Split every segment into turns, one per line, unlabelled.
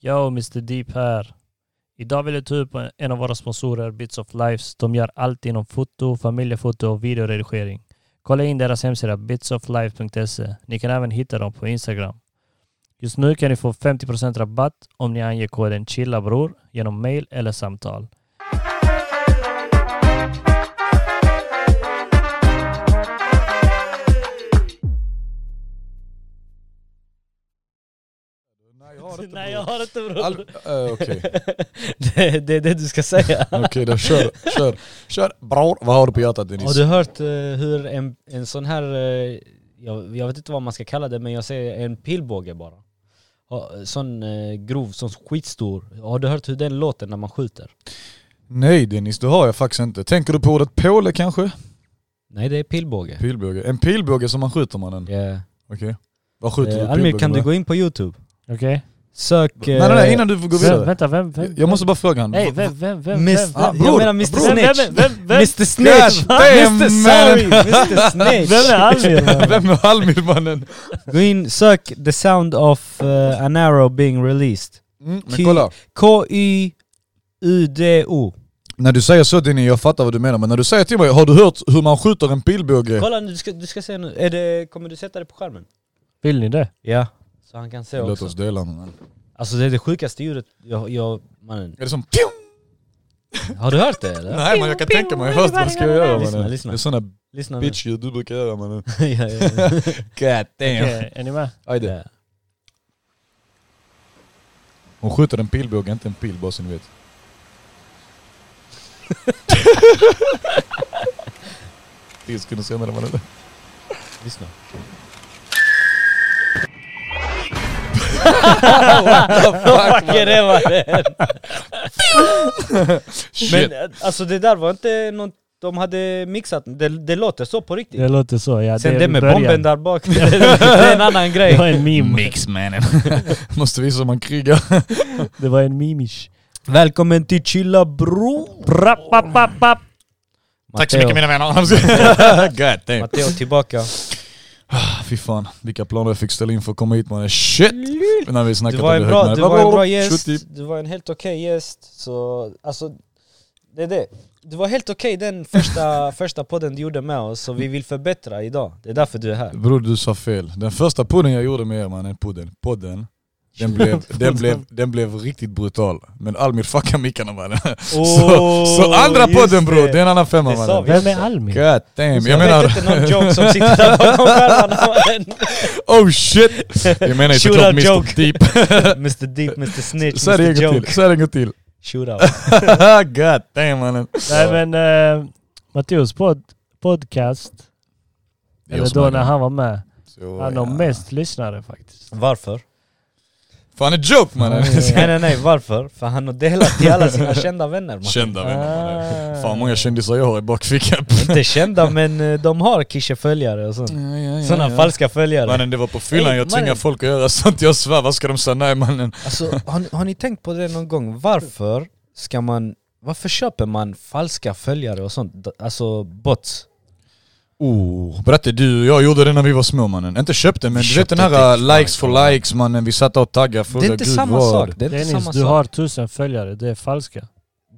Yo, Mr Deep här. Idag vill jag ta upp en av våra sponsorer, Bits of Lives. De gör allt inom foto, familjefoto och videoredigering. Kolla in deras hemsida bitsoflife.se. Ni kan även hitta dem på Instagram. Just nu kan ni få 50% rabatt om ni anger koden CHILLABROR genom mail eller samtal.
Nej jag
Nej jag
har inte bror.
har inte
All...
bror.
eh, Okej,
det, det är det du ska säga.
okej då kör, kör, kör. Bror, vad har du på hjärtat
Har
Dennis?
du hört eh, hur en, en sån här, eh, jag, jag vet inte vad man ska kalla det, men jag säger en pilbåge bara. Ha- Sån eh, grov, sån skitstor. Har du hört hur den låter när man skjuter?
Nej Dennis, det har jag faktiskt inte. Tänker du på ordet påle kanske?
Nej det är pilbåge.
Pilbåge. En pilbåge som man skjuter mannen.
Yeah.
Okej. Vad skjuter du
Eh, Almir
pilbåge
kan du
med?
gå in på youtube?
Okej.
Sök...
Nej
eh,
nej nej, innan du går
Vem,
vidare.
vänta, vem? vem
Jag måste bara fråga han.
Nej, vem, vem, vem?
Miss,
vem?
Ah, bror,
jag menar Mr
bror.
Vem,
Snitch!
vem, vem, vem?
Mr Snitch!
God
Mr Sorry!
damn,
Mr
Vem är
Snitch!
Alvin? man?
Vem är Almir mannen? Mm,
Gå in, sök the sound of eh, an arrow being released.
Mm, men
Ki-
kolla.
K-Y-U-D-O.
När du säger så Dennis, jag fattar vad du menar. Men när du säger till mig, har du hört hur man skjuter en pilbåge?
Kolla nu, du ska, du ska se nu. Är det, kommer du sätta det på skärmen?
Vill ni det?
Ja. Så han kan se
Låt
också.
oss dela mannen.
Alltså det är det sjukaste ljudet jag... jag mannen.
Är det som pjong?
Har du hört det eller?
Nej men jag kan tänka mig höst, vad ska jag göra
Lyssna,
mannen? Det
lyssna.
är sådana
Lyssna nu.
bitch-ljud du brukar göra mannen.
ja, ja, ja.
God damn.
Okej, Är ni med?
Ajde.
ja.
Hon skjuter en pilbåge, inte en pil bara så ni vet. Tio sekunder senare var det
Lyssna.
What
Fuck är det mannen?
Shit!
Men eh, alltså det där var inte något de hade mixat. Det, det låter så på riktigt.
Det låter så ja.
Sen
är
det,
i
med
början.
bomben där bak, det är en annan
Det var
grej.
en meme.
Mix mannen. Måste visa hur man krigar.
Det var en mimish.
Välkommen till Chilla bro!
Rappapappap.
mina vänner. God damn.
Matteo tillbaka.
Fy fan, vilka planer jag fick ställa in för att komma hit mannen. Shit! När vi
Du
snackade
var en
det
bra,
högt,
du
mannen.
var en bra
Shoot
gäst,
it.
du var en helt okej gäst. Så alltså, det är det. Du var helt okej den första, första podden du gjorde med oss, så vi vill förbättra idag. Det är därför du är här.
Bror du sa fel. Den första podden jag gjorde med er mannen, podden, podden. Den blev, den, blev, den blev riktigt brutal. Men Almir fuckade mickarna mannen. Så, så andra
Oh, just
podden bror,
det.
det är en annan femma
Det sa
mannen.
vi.
Vem är Almin?
God damn,
Så
jag
vet
menar,
inte någon joke som sitter där bakom skärmarna.
oh shit! Jag menar ju
Shoot
såklart typ.
out joke.
Mr Deep.
Mr Deep, Mr Snitch,
Säg det en
Mr
gång
Joke.
till, säg det en gång till.
Shootout.
God damn mannen.
Nej men uh, Matteos pod podcast,
Det är jag
eller
som
då
är
när
den.
han var med,
Så,
Oh,
han
ja.
har mest lyssnare faktiskt.
Varför?
Fan en joke mannen!
nej nej nej, varför? För han har delat till alla sina kända vänner man.
Kända vänner mannen.
Ah.
Fan vad många kändisar jag har i bakfickan.
Inte kända men eh, de har kanske följare och sånt.
Sådana
Såna falska följare.
Mannen det var på fyllan
Ey,
jag tvingar
mannen.
folk att göra sånt, jag svär vad ska de säga nej mannen?
Alltså, har, ni- har ni tänkt på det någon gång? Varför ska man... Varför köper man falska följare och sånt? D- Alltså bots.
Oh, berätta du, jag gjorde det när vi var små mannen. Inte köpte men du vet
Köpte
den här uh,
inte.
likes for likes mannen, vi satt och taggade,
det
frågade
är inte
gud
samma
vad.
sak. Det är inte
Dennis,
samma
du
sak.
har tusen följare, det är falska.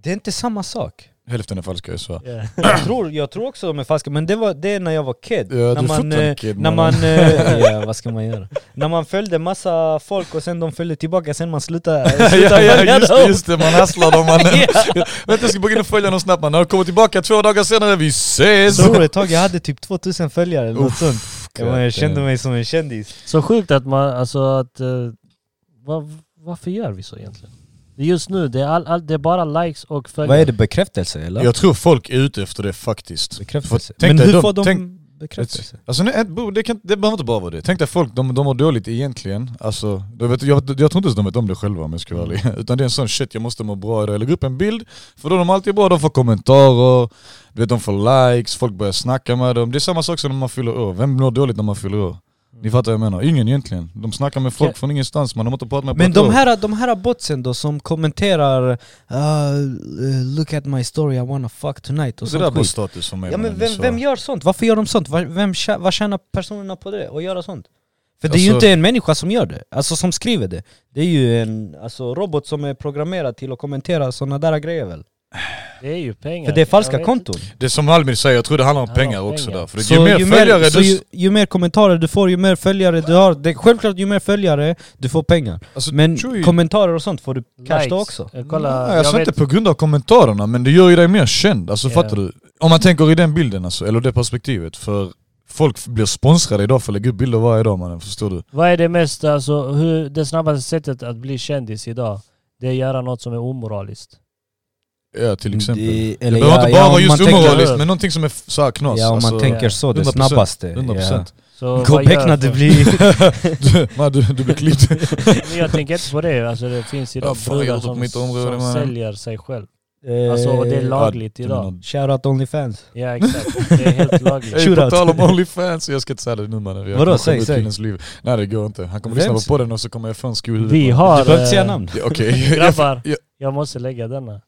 Det är inte samma sak.
Hälften är falska jag svär.
Jag tror, jag tror också de är falska, men det var det när jag var kid.
Ja,
när
du
man,
fotar en
eh,
kid,
när
mannen.
man eh, ja, vad ska man göra? När man följde massa folk och sen de följde tillbaka, sen man slutade,
ja,
slutade
ja,
följa
just, det,
dem.
just det, man hasslar dem mannen. Vänta jag ska börja följa någon snabbt mannen. Jag kommer tillbaka två dagar senare, vi ses!
Bror ett tag jag hade typ 2000 följare eller något
Uff, eh.
sånt. Jag, bara, jag kände
damn.
mig som en kändis.
Så sjukt att man, alltså att... eh, vad- varför gör vi så egentligen? Just nu, det är, all, all, det är bara likes och följare.
det, bekräftelse eller?
Jag tror folk är ute efter det faktiskt. För- tänk
Men
dig,
hur
de-
får de
tänk-
bekräftelse?
Alltså nej, ett bo- det, kan, det behöver inte bara vara det. Tänk dig folk, de, de mår dåligt egentligen. Alltså, de vet, jag, jag tror inte ens de vet om det själva om jag ska vara ärlig. Utan det är en sån shit, jag måste må bra idag. Jag lägger upp en bild, för då är de alltid bra, de får kommentarer, du vet, de får likes, folk börjar snacka med dem. Det är samma sak som när man fyller år. Vem mår dåligt när man fyller år? Ni fattar vad jag menar? Ingen egentligen. De snackar med folk
Ja.
från ingenstans, man har inte pratat med på
Men
ett
de
år.
här, de här botsen då som kommenterar uh, “Look at my story, I wanna fuck tonight” och
Det där är
sånt
bara
skit.
status för mig.
Ja men
mannen,
vem,
så.
vem gör sånt? Varför gör de sånt? Var, vem, tjä- vad tjänar personerna på det? Att göra sånt? För det är ju
Alltså-
inte en människa som gör det, alltså som skriver det. Det är ju en alltså, robot som är programmerad till att kommentera sådana där grejer väl?
Det är ju pengar.
För det är
Jag
falska
vet
konton.
Det är som Almin säger, jag tror det handlar om
Ja,
pengar
pengar.
också där. För det,
Så
ju mer följare
så
du...
ju, ju mer kommentarer du får, ju mer följare du har. Det, självklart ju mer följare, du får pengar.
alltså,
Men
tror ju-
kommentarer och sånt får du
inte.
cash då
Likes.
också. Mm,
Eh, Kolla,
Nej, Mm. jag sa
vet-
inte på grund av kommentarerna, men det gör ju dig mer känd. Alltså
Ja.
fattar du? Om man tänker i den bilden alltså, eller det perspektivet. För folk blir sponsrade idag för att lägga upp bilder varje dag mannen, förstår du?
Vad är det mest, alltså hur, det snabbaste sättet att bli kändis idag? Det är att göra något som är omoraliskt.
Ja till exempel. Det,
Mm, Det, eller
behöver
ja,
inte bara
ja, om
vara
man
just
tänker-
omoraliskt, men någonting som är f- såhär knas.
Ja, om man
alltså,
ja.
tänker så, det
100%,
snabbaste.
100%.
Så
Ja.
vad
Gå
gör
beckna, det
folk?
blir...
du, man, du, du blir klippt.
Men jag tänker inte på det. Alltså det finns idag
Ja, fan, jag
brudar
har fått
som,
mitt område,
som
mannen.
säljer sig själv. Alltså och
Eh,
det är lagligt
det
idag.
menar
Shoutout Onlyfans.
Ja exakt, det är helt lagligt.
Ey, på
Shootout.
tal om Onlyfans, jag ska inte säga det nu mannen. Jag
Vadå?
kommer
Säg,
skämma ut
säg.
killens liv. Nej det går inte. Han kommer
Vems?
lyssna på podden och så kommer jag få en sko i huvudet.
Vi
på
har...
Du behöver inte säga
eh,
namn.
honom. Ja, Okej. Jag-
Grabbar,
jag-
jag måste lägga denna.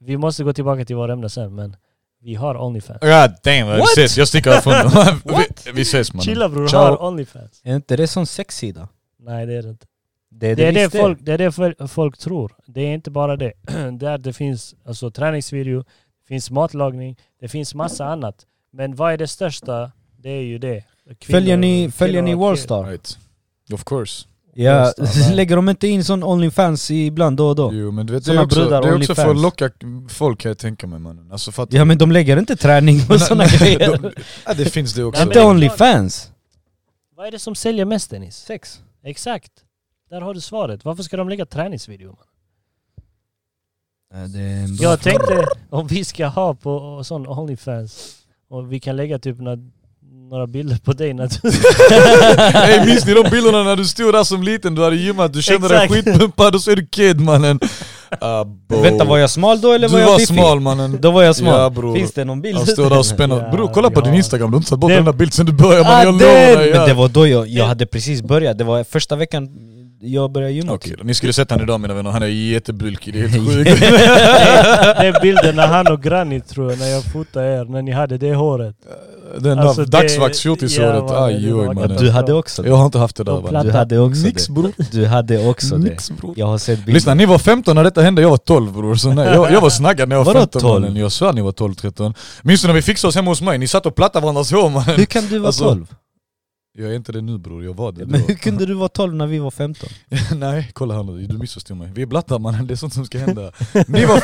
Vi måste gå tillbaka till vårt ämne sen men vi har Onlyfans.
God damn, vi
What?
ses. Jag sticker härifrån.
What?
vi, vi ses mannen.
Chilla bror,
Ciao.
har Onlyfans.
Är inte det sån sexsida?
Nej det är det inte.
är
Det är det,
visst
folk, det är det fol- folk tror. Det är inte bara det. Där det finns alltså, träningsvideo, det finns matlagning, det finns massa annat. Men vad är det största? Det är ju det. Kvinnor-
Följer ni, följer
kvinnor och
ni
killar.
Worldstar?
Right. Of course.
Ja,
Worldstar, va?
lägger de inte in sån Onlyfans ibland då och då?
Jo men du vet, det
Såna
är också, det
brudar,
är också
Onlyfans.
för att locka folk kan jag tänka mig mannen. Alltså fattar
Ja men de lägger inte träning och såna grejer.
De- ja, det finns det också.
Nej,
Inte
men-
Onlyfans.
Vad är det som säljer mest Dennis?
Sex.
Exakt. Där har du svaret. Varför ska de lägga träningsvideo? man? Jag tänkte om vi ska ha på sån Onlyfans och vi kan lägga typ några, några bilder på dig när du...
Ey minns ni de bilderna när du stod där som liten, du hade gymmat, du kände dig
Exakt.
skitpumpad och så är du kid mannen. Abo.
Vänta, var jag smal då eller
Du
var jag
var
biffig?
smal mannen.
Då var jag
Ja,
smal.
bror.
Finns det någon bild?
Han står där och spänner.
Ja,
Bror kolla på
ja.
din instagram, du har inte tagit bort
Det-
den där bilden sen du började
Ah,
mannen, jag lovar dig.
den! Men det
ja.
var då jag, jag hade precis börjat, det var första veckan jag började gymma
Okej,
typ.
då. ni skulle sett honom idag mina vänner, han är jättebulkig, det är helt sjukt.
Det är bilden när han och Granny tror jag, när jag fotade er, när ni hade det håret.
Den
Alltså,
alltså,
det-
dagsvaktskjortisåret,
ja, mannen,
aj
det var
oj mannen.
katastrof.
Du hade också
Jag
det.
har inte haft det där
Och
va?
platt-
Du hade också
Nix
det.
bror.
Du hade också det.
Nix bror.
Jag har sett bilder.
Lyssna, ni var 15 när detta hände, jag var 12 bror. Så nej, jag, jag var snaggad när jag var
Vadå
15
12?
mannen. Jag svär ni var 12-13. Minns du när vi fixade oss hemma hos mig? Ni satt och plattade varandras hår mannen.
Hur kan du vara
Alltså,
12?
Jag är inte det nu bror, jag var det då.
Men hur kunde du vara 12 när vi var 15?
Nej, kolla här nu, du missförstår mig. Vi är blattar mannen, det är sånt som ska hända. Ni var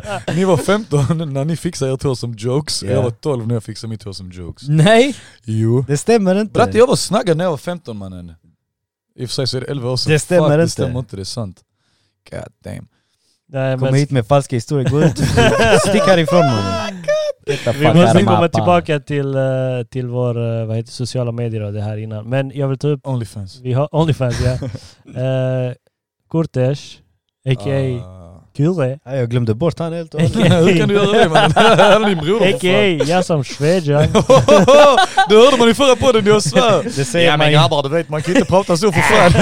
15, ni var 15 när ni fixade ert hår som jokes,
Ja.
jag var 12 när jag fixade mitt hår som jokes.
Nej,
Jo.
det stämmer inte.
Bratte jag var snaggad när jag var 15 mannen. I och för sig så är det 11 år sedan.
Det stämmer
Fuck,
inte.
Det stämmer inte, det är sant. God damn.
Nej,
Kom
men
hit med falska historier, gå ut. Stick härifrån
Oh
mannen. Get the
vi
fuck out
måste
of my
komma
apartment.
tillbaka till, eh, till vår eh, vad heter, det, sociala medier och det här innan. Men jag vill ta upp,
Onlyfans.
vi har Onlyfans ja. Eh, Kurtesh, a.k.a.
Ah.
Kure,
Nej, Jag glömde bort han helt och hållet.
Hur kan du göra det mannen? Han är din bror. för
a.k.a. Yassam Shvedjan.
fan. Det hörde man i förra podden, jag svär.
Det säger man ju.
grabbar, du vet man kan inte prata så för fan.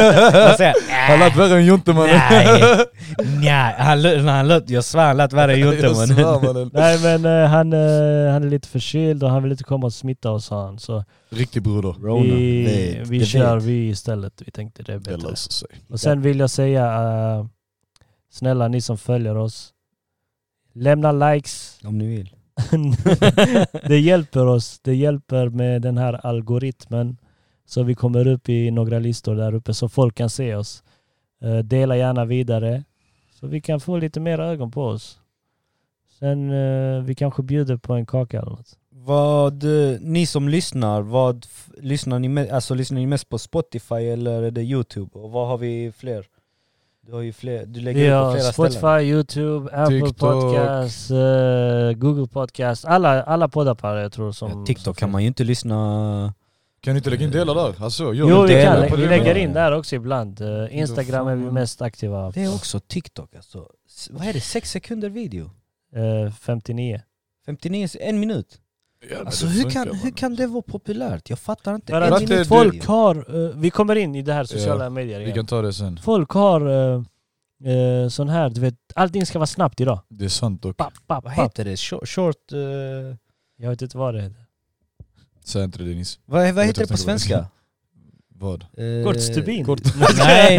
Man säger,
Han lät värre än Jonte mannen.
Nej, nej. Han, lö- när han lät, jag svär han lät värre än Jonte
Jag svär,
mannen.
mannen.
Nej men eh, han, eh, han är lite förkyld och han vill inte komma och smitta oss sa han. Så
Riktig broder.
vi,
Vet,
vi
det
kör
vet.
vi istället. Vi tänkte det är
Det
bättre.
löser sig.
Och sen vill jag säga, eh, snälla ni som följer oss, lämna likes.
Om ni vill.
det hjälper oss. Det hjälper med den här algoritmen. Så vi kommer upp i några listor där uppe så folk kan se oss. Eh, Dela gärna vidare så vi kan få lite mer ögon på oss. Sen eh, vi kanske bjuder på en kaka eller något.
Vad, eh, ni som lyssnar, vad f- lyssnar ni, me- alltså, lyssnar ni mest på Spotify eller är det Youtube? Och vad har vi fler? Du har ju fler, du lägger
Vi
ut på
har
flera
Spotify,
ställen.
Youtube, Apple
TikTok.
Podcast, eh, Google Podcast. Alla, alla poddappar jag tror som...
Ja, TikTok kan
som
man ju inte lyssna...
Kan du inte lägga in delar där? Alltså, gör
Jo
det.
vi
delar
kan,
på
vi
det.
lägger in där också ibland. Eh, Instagram är vi
fan.
mest aktiva på.
Det är också TikTok alltså. S- Vad är det? 6 sekunder video?
Eh, 59.
59, se- en minut?
Ja, men
Alltså
det
hur
funkar,
kan, hur
mannen.
kan det vara populärt? Jag fattar inte.
För
att
att
det är
folk
video.
har, eh, vi kommer in i det här sociala medier
Vi
igen.
kan ta det sen.
Folk har eh, eh, sån här, du vet, allting ska vara snabbt idag.
Det är sant dock.
Papp, papp,
Vad
papp.
heter det? Short... short eh,
Jag vet inte vad det heter.
Säg inte det Dennis.
vad vad
vet
heter det
inte
på
vad det är.
svenska?
Vad?
Eh,
Kort stubin.
Kort.
Nej,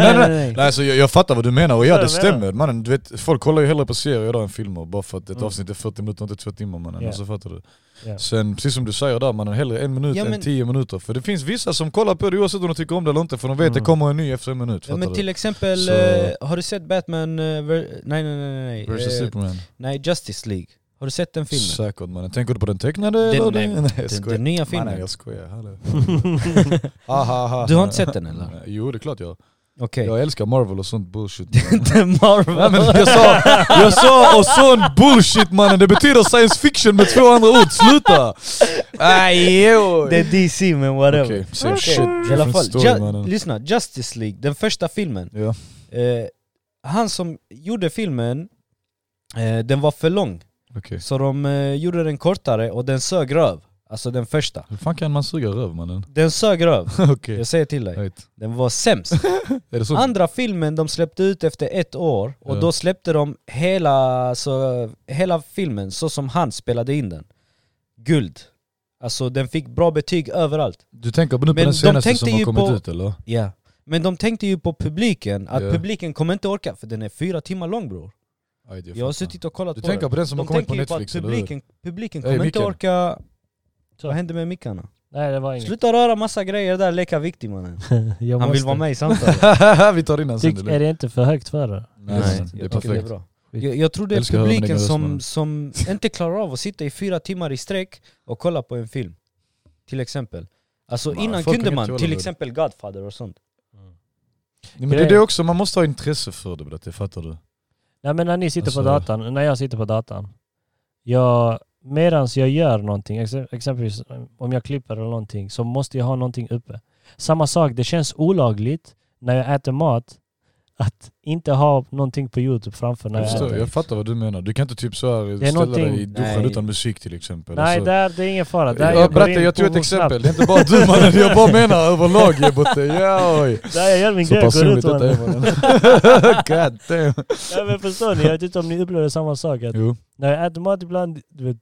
nej, nej. nej.
Nej alltså jag, jag fattar vad du menar och ja
Förstår
det
vad jag menar?
stämmer mannen. Du vet, folk kollar ju hellre på serier idag än filmer bara för att ett
Mm.
avsnitt är 40 minuter och inte två timmar mannen.
Ja.
Alltså fattar du?
Ja.
Sen precis som du säger där mannen, hellre en minut
Ja, men-
än tio minuter. För det finns vissa som kollar på det oavsett om de tycker om det eller inte för de vet att det
Mm.
kommer en ny efter en minut.
Ja,
Fattar
men till exempel,
Så-
eh, har du sett Batman... eh, ver- nej, nej, nej. nej.
du? Versus
Eh,
Superman.
nej, Justice League. Har du sett den filmen?
Säkert mannen. Tänker du på den tecknade
Den-
eller?
nej,
nej jag
den,
skojar.
den nya
Mannen
filmen?
jag skojar. Hallå. Ha, ha, ha.
Du har inte sett den eller?
Jo det är klart jag
Okej.
Jag älskar Marvel och sånt bullshit. Nej, men
Marvel.
jag, sa, jag sa och sån bullshit mannen, det betyder science fiction med två andra ord, sluta! Aj, jo.
Det är DC men whatever.
Okej, same
Okej.
shit.
I alla
Different
fall,
story,
Ju-
mannen.
lyssna, Justice League, den första filmen.
Ja.
Eh, han som gjorde filmen, eh, den var för lång.
Okej.
Så de eh, gjorde den kortare och den sög röv. Alltså den första.
Hur fan kan man suga röv mannen?
Den sög röv,
Okej.
jag säger till dig.
Right.
Den var sämst.
Är det så?
Andra filmen de släppte ut efter ett år och
Ja.
då släppte de hela, så, hela filmen så som han spelade in den. Guld. Alltså den fick bra betyg överallt.
du tänker nu på
Men
den
de
senaste
tänkte
som har
ju
kommit
på-
ut eller?
Ja. Men de tänkte ju på publiken, att
Ja.
publiken kommer inte orka för den är fyra timmar lång bror.
Aj, det är
Jag har
fan.
suttit och kollat
Du
på
tänker
den.
på den som
De
har kommit på
tänker ju på att
Netflix eller hur?
publiken, publiken
Hej,
kommer inte
micken.
orka...
Så.
Vad hände med mickarna?
Nej det var inget.
Sluta röra massa grejer där, leka viktig mannen.
Jag
Han vill
måste.
vara med i samtalet.
Vi tar in den sen.
Tyck,
eller?
är det inte för högt för det?
Nej,
Nej,
det är
jag tycker det är
perfekt.
bra. Jag, jag tror det är
Älskar att höra min
publiken
egen röst,
som,
mannen.
som inte klarar av att sitta i fyra timmar i sträck och kolla på en film. Till exempel. Alltså
Nej,
innan
folk
kunde
kan inte
man
hålla
till
med.
exempel Godfather och sånt.
Men det är det också, man måste ha intresse för det bratte, fattar du?
Nej men när ni sitter
Alltså-
på datan, när jag sitter på datan. Jag, medans jag gör någonting, ex- exempelvis eh, om jag klipper eller någonting, så måste jag ha någonting uppe. Samma sak, det känns olagligt när jag äter mat att inte ha någonting på Youtube framför när
Jag,
jag,
förstår,
äter.
jag fattar vad du menar. Du kan inte typ så här
är
ställa dig
någonting-
i duschen
Nej.
utan musik till exempel.
Nej,
Alltså-
där, det är ingen fara. Där
jag,
går in
berättar, jag
på
tog ett
vår
exempel. Det
knapp.
är inte bara du mannen, jag bara menar överlag Jebotte. Ja, oj.
Där jag gör min
Så
grej, går
personligt
ut och...
detta är mannen. God damn.
Ja, men förstår ni? Jag vet inte om ni upplever samma sak. Att
Jo.
När jag äter mat ibland, du vet,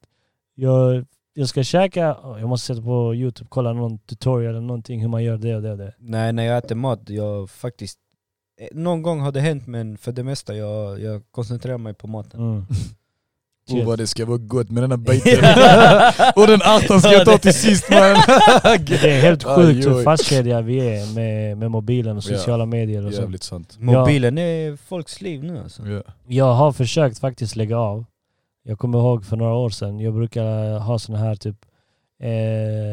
jag, jag ska käka, jag måste sätta på youtube, kolla någon tutorial eller någonting hur man gör det och det och det.
Nej, när jag äter mat, jag faktiskt... eh, Någon gång har det hänt men för det mesta jag, jag koncentrerar mig på maten.
Mm.
Oh,
Shit.
vad det ska vara gott med den här biten. och den artan ska jag ta till sist mannen.
Det är helt
Aj,
sjukt hur
oj.
fastkedjade vi är med, med mobilen och
Ja.
sociala medier och så.
Jävligt sant.
Mobilen är folks liv nu alltså.
Ja.
Jag har försökt faktiskt lägga av. Jag kommer ihåg för några år sedan, jag brukar ha såna här typ eh,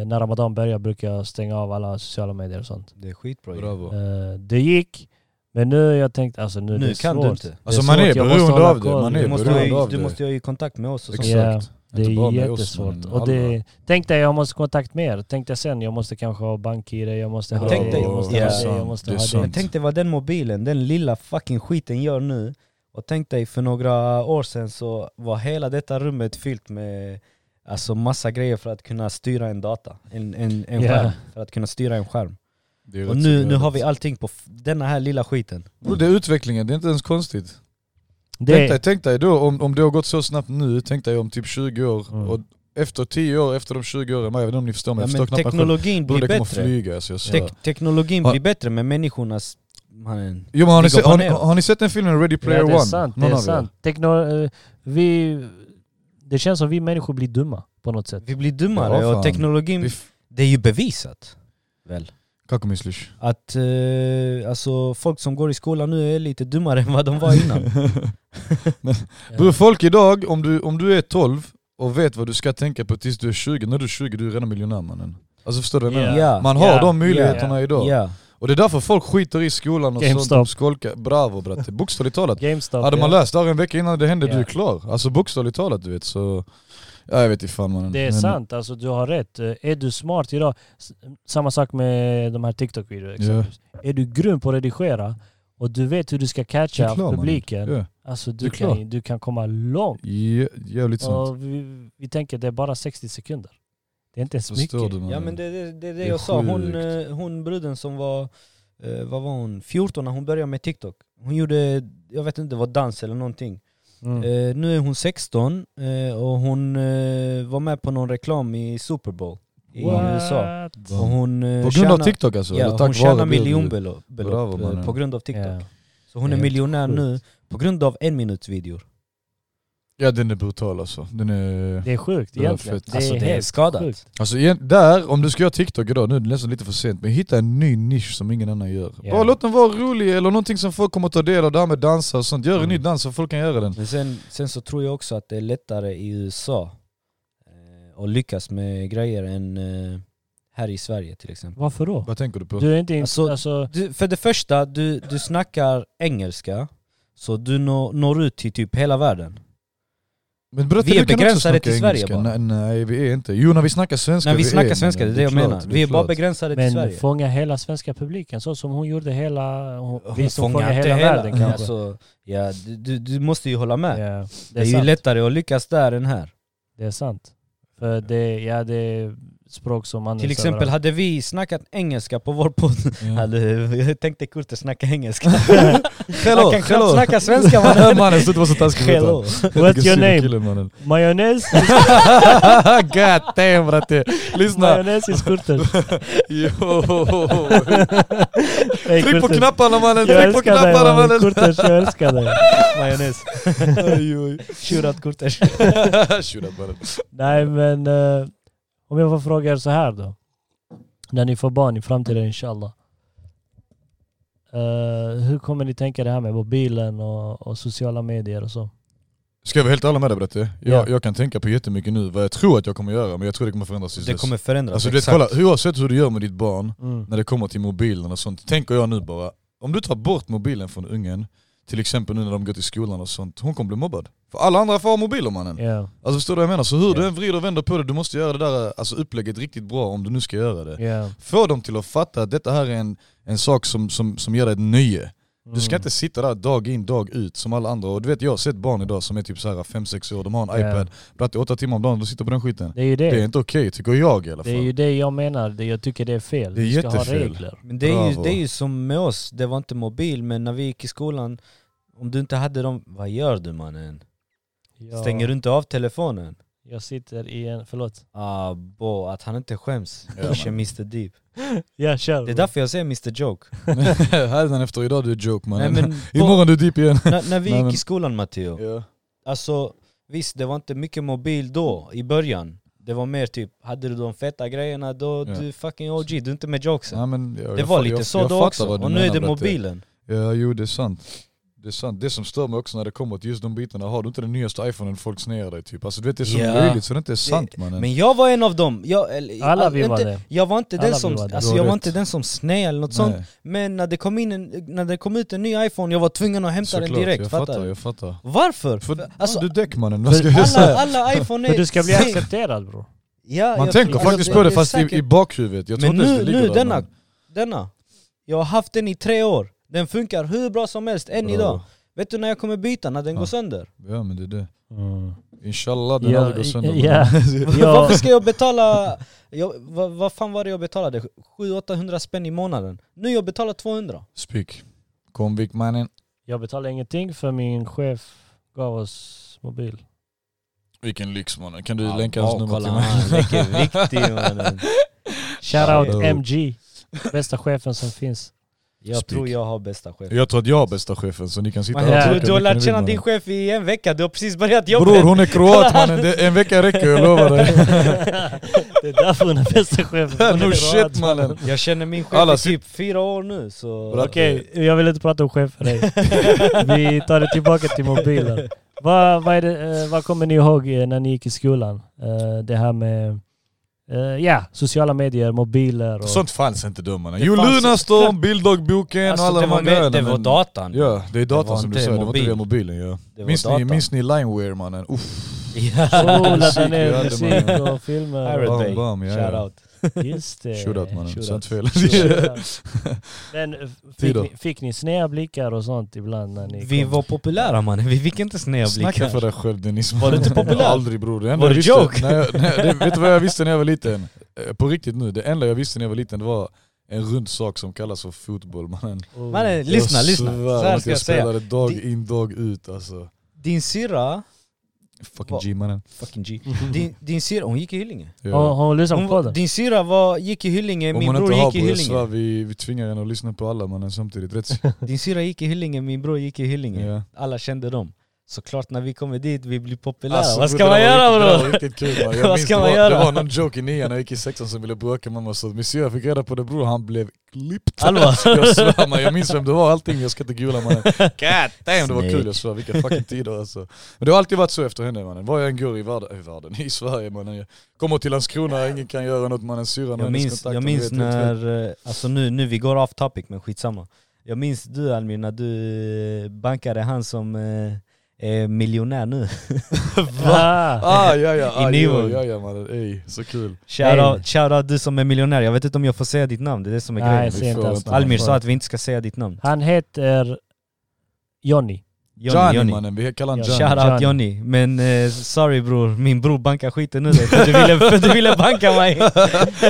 när Ramadan börjar brukar jag stänga av alla sociala medier och sånt.
Det är skitbra ju.
Bravo.
Eh, det gick, men nu har jag tänkt alltså nu, det
Nu
är
kan
svårt.
du inte.
Det
Alltså man är
svårt, jag måste
beroende
hålla
av det,
koll.
man är
Du måste, ha,
beroende av
ju- du
det.
måste ha i kontakt med oss och sånt.
Exakt.
Ja, det
Inte bara
är
med oss,
jättesvårt.
men
Och det,
alla.
tänk dig jag måste ha kontakt med er. Tänk dig sen jag måste kanske ha bank-id, jag måste ha
Tänk
det,
dig-
jag måste
Ja.
ha det, jag måste
Det är
ha
sant.
det.
Men tänk dig vad den mobilen, den lilla fucking skiten gör nu. Och tänk dig för några år sedan så var hela detta rummet fyllt med alltså massa grejer för att kunna styra en data. En, en, en
Ja.
skärm. För att kunna styra en skärm.
Det är
Och
rätt
nu,
så
nu har
jävligt.
vi allting på f- denna här lilla skiten.
Bro, Det är utvecklingen, det är inte ens konstigt. Tänk dig,
Det,
tänk dig då, om, om det har gått så snabbt nu, tänk dig om typ 20 år.
Mm.
Och efter 10 år, efter de 20 åren, jag vet inte om ni förstår mig,
Ja,
jag förstår
men
knappt mig själv.
teknologin
Bro,
blir
det kommer
bättre.
flyga alltså, jag svär.
Tek- teknologin
Ja.
blir bättre med människornas... Man,
Jo, men har, ni
Det går
se, har, ni,
ner.
har ni sett den filmen Ready
ja, det
Player One?
är sant. Det
Någon
är
av er?
sant. Tekno, eh, vi, det känns som vi människor blir dumma på något sätt.
vi blir dummare
Ja, fan.
och teknologin...
Vi f-
Det är ju bevisat. Väl?
Kako misliš?
att eh, alltså, folk som går i skolan nu är lite dummare än vad de var innan.
Bror folk idag, om du, om du är 12 och vet vad du ska tänka på tills du är 20, när du är 20 du är redan miljonär mannen. Alltså förstår du vad jag menar?
Ja.
Man har
Ja.
de möjligheterna idag.
Ja.
Och det är därför folk skiter i skolan och sånt.
GameStop.
De skolkar. Bravo bratte, bokstavligt talat.
GameStop.
Hade man läst det här en vecka innan det hände,
Ja.
du är klar. Alltså bokstavligt talat du vet så... Ja, jag vet inte fan mannen.
Det är
Men-
sant, alltså du har rätt. Eh, Är du smart idag, s- samma sak med de här TikTok-videorna exempelvis. Är du grym på att redigera och du vet hur du ska
Det
catcha
är klart, mannen.
publiken,
Ja,
alltså
Det
du
är klart.
kan, du kan komma långt.
Jä- jävligt sant.
Och vi, vi tänker det är bara 60 sekunder. Det är inte ens
Förstår
mycket.
du mannen?
ja men det är det, det, är det
är
jag sa, hon,
sjukt.
eh, hon bruden som var, eh, vad var hon, 14 när hon började med TikTok. Hon gjorde, jag vet inte, det var dans eller någonting.
Mm.
Eh, nu är hon 16 eh, och hon eh, var med på någon reklam i Super Bowl. i USA. Och hon eh,
På grund av
tjänar,
TikTok alltså?
ja,
eller
hon
tack
tjänar
vare det?
miljonbelopp
Bravo,
belopp, eh,
mannen.
på grund av TikTok.
Ja.
Så hon är
Helt
miljonär
sjukt.
nu på grund av en minuts videor.
Ja den är brutal alltså. Den är...
Det är sjukt
Det var
egentligen.
fett.
Det är,
Alltså det är
helt
skadat.
sjukt.
Alltså igen, där, om du ska göra TikTok idag, nu är det nästan lite för sent, men hitta en ny nisch som ingen annan gör.
Ja.
Bara låt den vara rolig eller någonting som folk kommer att ta del av, det här med dansa och sånt. Gör en
Mm.
ny dans så folk kan göra den.
Men sen, sen så tror jag också att det är lättare i USA eh, att lyckas med grejer än eh, här i Sverige till exempel.
Varför då?
Vad tänker du på?
Du är inte in,
Alltså-
alltså,
Du, för det första, du, du snackar engelska, så du nå, når ut till typ hela världen.
Men berätta,
Vi är
du kan också
begränsade
snacka
till Sverige
engelska.
bara.
Nej, nej vi är inte. Jo när vi snackar svenska
När vi
är,
snackar svenska, det
men
är det jag
klart,
menar. Vi är bara
klart.
begränsade till
men
Sverige.
fånga hela svenska publiken så som hon gjorde hela... Hon,
Hon
visst, hon
fångar
fångar
inte
hela, världen kanske.
Alltså, ja, du, du, du måste ju hålla
ja,
med.
det är,
det är, ju
sant. Mm,
lättare att lyckas där än här.
Det är sant. För det, ja, det är språk som används
Till exempel
överallt.
hade vi snackat engelska på vår podd,
Mm.
Ja.
hade, jag tänkte Kurte snacka engelska.
Hello,
Han kan knappt
hello.
snacka svenska
Hör
mannen.
mannen, sluta vara så taskig mot honom.
Hello.
What's your
Vilken sur
name?
kille, mannen.
Majonnäs?
God damn bratte! Lyssna!
Majonnäs i skurten.
Jo.
Hey,
Tryck på
Kurtes.
knapparna mannen!
Jag
Tryck på
älskar dig
knapparna
mannen.
mannen!
Kurtes, jag älskar dig.
Majonnäs.
Oj, oj.
Shoutout Kurte.
Shoot up, mannen.
Nej men eh, om jag får fråga er så här då. När ni får barn i framtiden inshallah. Eh, hur kommer ni tänka det här med mobilen och, och sociala medier och så?
Ska jag vara helt ärlig med dig Bratte? Jag,
Ja.
jag kan tänka på jättemycket nu vad jag tror att jag kommer göra, men jag tror det kommer förändras tills
Det kommer förändras.
Alltså du vet,
exakt.
kolla, oavsett hur du gör med ditt barn,
Mm.
när det kommer till mobilen och sånt, tänker jag nu bara, om du tar bort mobilen från ungen, till exempel nu när de går till skolan och sånt, hon kommer bli mobbad. För alla andra får ha mobiler mannen.
Ja,
Alltså förstår du vad jag menar? Så hur du
Ja.
än vrider och vänder på det, du måste göra det där alltså, upplägget riktigt bra om du nu ska göra det.
ja.
Få dem till att fatta att detta här är en, en sak som, som, som ger dig ett nöje.
Mm.
Du ska
Mm.
inte sitta där dag in dag ut som alla andra. Och du vet jag har sett barn idag som är typ 5-6 år, de har en
Ja.
iPad. Bratte åtta timmar om dagen, de sitter på den skiten.
Det är ju det.
Det är
Det är,
inte okej tycker jag i alla fall.
ju det jag menar. Det, jag tycker det är fel.
Det är
Vi ska ha
jättefel.
regler.
Men det är, ju,
Bravo.
det är ju som med oss, det var inte mobil men när vi gick i skolan, om du inte hade dem, vad gör du mannen?
Jag,
Stänger du inte av telefonen?
jag sitter i en... Förlåt.
Ah, bo, att han inte skäms.
Ja,
Usch,
man.
Mr Deep.
Ja, kör.
Det är därför jag säger Mr Joke.
Här efter idag du är joke
Nej,
mannen.
men, bo,
Imorgon du är deep igen.
när, när vi
Nej,
gick
men-
i skolan Matteo,
Ja.
alltså visst det var inte mycket mobil då, i början. Det var mer typ, hade du de feta grejerna då,
Ja.
du fucking OG, du är inte med jokesen.
Ja, men, ja,
det
jag
var
fa-
lite
jag-
så
jag
då
fattar
också,
vad du
och nu är
menar,
det
Bratte.
mobilen.
Ja jo det är sant. Det är sant. Det som stör mig också när det kommer till just de bitarna, har du inte den nyaste iPhonen folk snear dig typ. Alltså du vet det är så
Ja.
löjligt så det inte är sant mannen.
Men jag var en av dem. Jag, eller,
Alla
all-
vi var
inte,
det.
Jag var inte den
Alla
som,
vi var det.
alltså,
Du har
jag var
rätt.
inte den som sned eller något sånt.
Nej,
Men när det, kom in en, när det kom ut en ny iPhone, jag var tvungen att hämta den
såklart.
direkt.
jag
fattar
fattar,
du?
jag fattar.
Varför?
För,
alltså-
du är däck mannen, vad
För
ska jag
Alla,
säga?
alla iPhone är...
För du ska bli
Ja,
accepterad bror.
jag
Man
tror-
tänker
alltså,
faktiskt på det fast i,
säkert-
i bakhuvudet. Jag tror
Men
inte ens
nu,
det ligger
nu
där,
denna,
men-
denna. Jag har haft den i tre år. Den funkar hur bra som helst än
Bra.
idag. Vet du när jag kommer byta? När den
Ja.
går sönder?
Ja men det är det.
Mm.
Inshallah den
Ja,
aldrig går sönder.
ja.
mannen.
Ja.
Varför ska jag betala... Jag, vad, vad fan var det jag betalade? 700-800 spänn i månaden. Nu jag betalar 200.
Spik. Komvik mannen.
Jag betalar ingenting för min chef gav oss mobil.
Vilken lyx mannen. Kan du
Ja,
länka
bra,
hans nummer
kolla,
till mig?
han läcker viktig mannen.
Shoutout
Shoutout.
MG. Bästa chefen som finns.
Jag
Spik.
tror jag har bästa chef.
Jag tror att jag är bästa chefen så ni kan sitta
Man,
Ja.
och
du,
tycka
du har
mycket ni
lärt
vill,
känna
mannen.
din chef i en vecka, du har precis börjat jobbet.
Bror hon är kroat mannen, Det- en vecka räcker jag lovar dig.
Det är därför hon är bästa chefen.
No shit mannen.
Jag känner min chef
Alla
i typ fyra år nu så...
Bra.
Okej, jag vill inte prata om chef för dig. Vi tar det tillbaka till mobilen. Vad, vad, är det, eh, vad kommer ni ihåg eh, när ni gick i skolan? Eh, Det här med eh, ja, sociala medier, mobiler och...
Sånt fanns inte då mannen.
Det
Jo
fanns-
Lunarstorm, bilddagboken och alla
Alltså, det,
de
var
här
med, det
grejerna.
var
men-
datan.
Ja, det är
Det var
datan som du
inte
säger, det var inte
mobil.
via mobilen ja.
Det var
Minns ni,
datan.
minns ni Lineware mannen? Uff,
Så
Ja.
laddade
Musik, ja,
ner
det
musik
var-
och filmer.
Pirate
och-
Bam,
Bay.
bam, ja, ja.
Shoutout.
Just det.
Shoutout mannen, så inte fel.
Shoutout. Men eh, fick
Tider.
ni, fick ni sneda blickar och sånt ibland när ni
Vi
kom?
var populära mannen, vi fick inte sneda
Snacka för
blickar.
dig själv Dennis.
Var du inte populär?
Aldrig bror. Det enda
Var
jag
du
visste,
joke?
Nej, jag- nej, det, vet du vad jag visste när jag var liten? Eh, På riktigt nu, det enda jag visste när jag var liten det var en rund sak som kallas för fotboll mannen.
Oh.
Mannen, lyssna,
jag
lyssna.
svär
Så här
att
ska
jag
jag säga.
spelade dag
Di-
in dag ut alltså.
Din syrra,
Fucking
Vad?
G-mannen.
Fucking G. Din, din syrra, hon gick i Hyllinge.
Har hon lyssnat
Hon,
på podden?
var- din syrra var, gick i Hyllinge,
Om
min
hon
bror
inte har
gick i
bror, jag svär,
Hyllinge.
vi, vi tvingar henne att lyssna på alla mannen samtidigt. Rätt
Din syrra gick i Hyllinge, min bror gick i Hyllinge.
Ja.
Alla kände dem. Såklart när vi kommer dit, vi blir populära.
Alltså,
Vad
bror,
ska
det
man
där var
göra
riktigt- Det där
bror?
var riktigt kul man. Jag
Vad
minns,
ska
det,
man
var,
göra?
det var någon joke i nian när jag gick i sexan som ville bråka med mig så min syrra fick reda på det bror, han blev klippt.
Allvar?
jag svär man, jag minns vem det var allting, jag ska inte gula mannen. God damn det var kul, jag svär vilka fucking tider alltså. Men det har alltid varit så efter henne mannen, var jag än går i världen, i, världen, i Sverige mannen. Jag kommer till Landskrona, ingen kan göra något mannen, syrran och
Jag
hennes
minns,
kontakter
jag minns
vet
när, eh, alltså nu, nu vi går off topic men skitsamma. Jag minns du Almir när du eh, bankade han som eh, är miljonär nu.
Ah,
Ah ja ja, ah,
I
jo,
Nivå.
ja ja mannen, ey så kul.
Shoutout shoutout du som är miljonär, jag vet inte om jag får säga ditt namn, det är det som är
Nej,
grejen.
jag ser inte alls.
Almir sa att vi inte ska säga ditt namn.
Han heter Johnny.
Johnny,
Johnny,
Johnny.
mannen, vi kallar honom
Ja,
Johnny.
Johnny.
Shoutout Johnny, men eh, sorry bror, min bror bankar skiten nu dig för du ville, för du ville banka mig.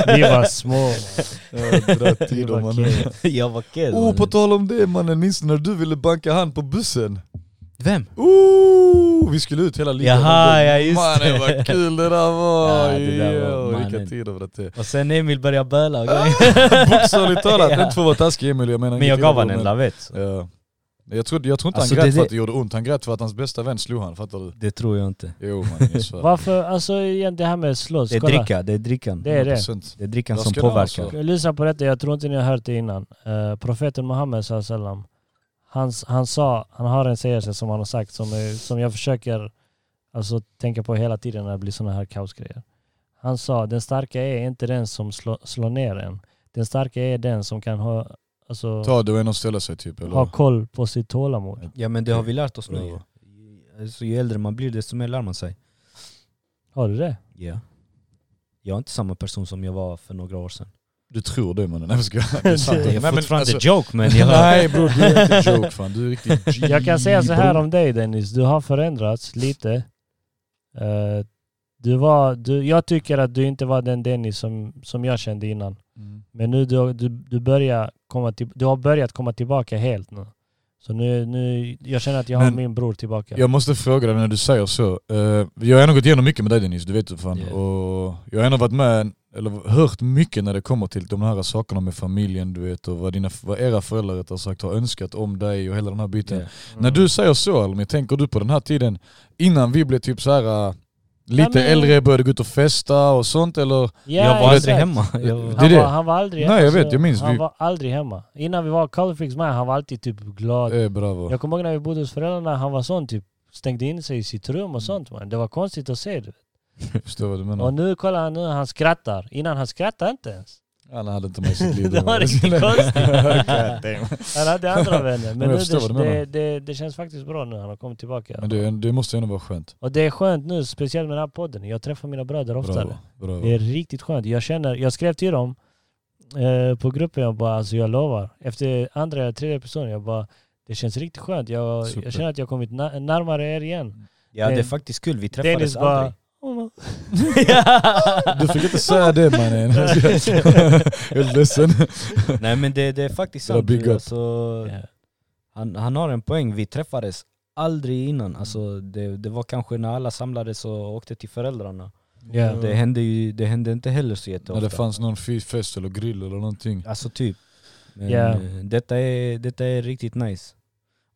Vi var små.
Ja, det där tider
Vad
mannen.
kul.
jag var kul.
Oh, på tal om det mannen, minns du när du ville banka han på bussen?
Vem?
Ooh, vi skulle ut hela ligan.
Jaha, ja, just
mannen
det.
vad kul det där var!
Ja, det där var
Ja, vilka
mannen.
tider var det.
Och sen Emil började böla och grejer.
Bokstavligt talat,
Ja.
inte för att vara taskig Emil, jag menar
Men jag
inget
gav
illa,
honom en lavett.
men- Ja. Men Jag tror, jag tror inte
Alltså,
han grät
det-
för att det gjorde ont, han grät för att hans bästa vän slog han, fattar du?
Det tror jag inte.
Jo mannen, jag svär.
Varför, alltså igen det här med slåss.
Det är
kolla.
dricka, det är drickan.
Det är det.
100%.
Det är drickan
Jag
som
ska det vara
påverkar.
så.
Lyssna på detta, jag tror inte ni har hört det innan. Eh, profeten Muhammed sa sallam, han, han sa, han har en sägelse som han har sagt som, är, som jag försöker alltså, tänka på hela tiden när det blir sådana här kaosgrejer. Han sa, den starka är inte den som slå, slår ner en. Den starka är den som kan ha, alltså,
Ta det och en och ställa sig typ eller?
ha koll på sitt tålamod.
Ja men det har vi lärt oss nu.
Ja.
Alltså, ju äldre man blir desto mer lär man sig.
Har du det?
Ja. Jag är inte samma person som jag var för några år sedan.
Du tror det mannen, nej jag skojar. Det är sant.
Det är
Nej, men
fortfarande
alltså-
joke men jag...
Nej bror, du är inte joke fan, du är riktigt G,
Jag kan säga så här
bror.
om dig Dennis, du har förändrats lite. Eh, du var, du, jag tycker att du inte var den Dennis som, som jag kände innan.
Mm.
Men nu du, du, du, börjar komma till, du har börjat komma tillbaka helt nu. Så nu, nu jag känner att jag har
Men-
min bror tillbaka.
Jag måste fråga dig när du säger så. Eh, jag har ändå gått igenom mycket med dig Dennis, du vet ju fan.
Ja.
Och jag har ändå varit med, eller hört mycket när det kommer till de här sakerna med familjen du vet och vad, dina, vad era föräldrar rättare sagt har önskat om dig och hela den här biten.
Ja.
Mm.
När du säger så Almi, tänker du på den här tiden innan vi blev typ så här eh, lite
Ja, men-
äldre, började gå ut och festa och sånt eller?
Ja,
Jag var aldrig
exakt.
hemma. Jag var...
Det är
Han,
det.
Var, han var aldrig
Nej, jag vet, jag minns
Han
vi-
var aldrig hemma. Innan vi var Colorfreaks med, han var alltid typ glad.
Eh, bravo.
Jag kommer ihåg när vi bodde hos föräldrarna, han var sån typ stängde in sig i sitt
Mm.
rum och sånt man. Det var konstigt att se det.
Jag förstår vad du
Och
menar.
nu kolla han nu, han skrattar. Innan han skrattade inte ens.
Han hade inte med sitt liv.
Det var riktigt
konstigt.
Han hade andra vänner.
Men
Men
jag
nu,
förstår vad
det,
du
det,
menar.
det, det känns faktiskt bra nu, han har kommit tillbaka.
Men det, det måste ju ändå vara skönt.
Och det är skönt nu, speciellt med den här podden. Jag träffar mina bröder oftare.
Bravo. Bravo.
Det är riktigt skönt. Jag känner, jag skrev till dem eh, på gruppen, jag bara alltså jag lovar. Efter andra eller tredje personen, jag bara det känns riktigt skönt. Jag,
Super.
jag känner att jag kommit na- närmare er igen.
Ja det är
Den-
faktiskt kul, vi
Dennis
träffades
bara...
aldrig.
"Oh,
Du fick inte säga det mannen. Jag är ledsen.
Nej men det, det är faktiskt
Det var
sant.
big up.
Alltså,
no." Ja.
han, han har en poäng, vi träffades aldrig innan. Alltså, det, det var kanske när alla samlades och åkte till föräldrarna.
Ja.
Det hände ju det hände inte heller så jätteofta.
När det fanns någon fi- fest eller grill eller någonting.
Alltså typ. Men
Ja.
eh, detta, är, detta är riktigt nice.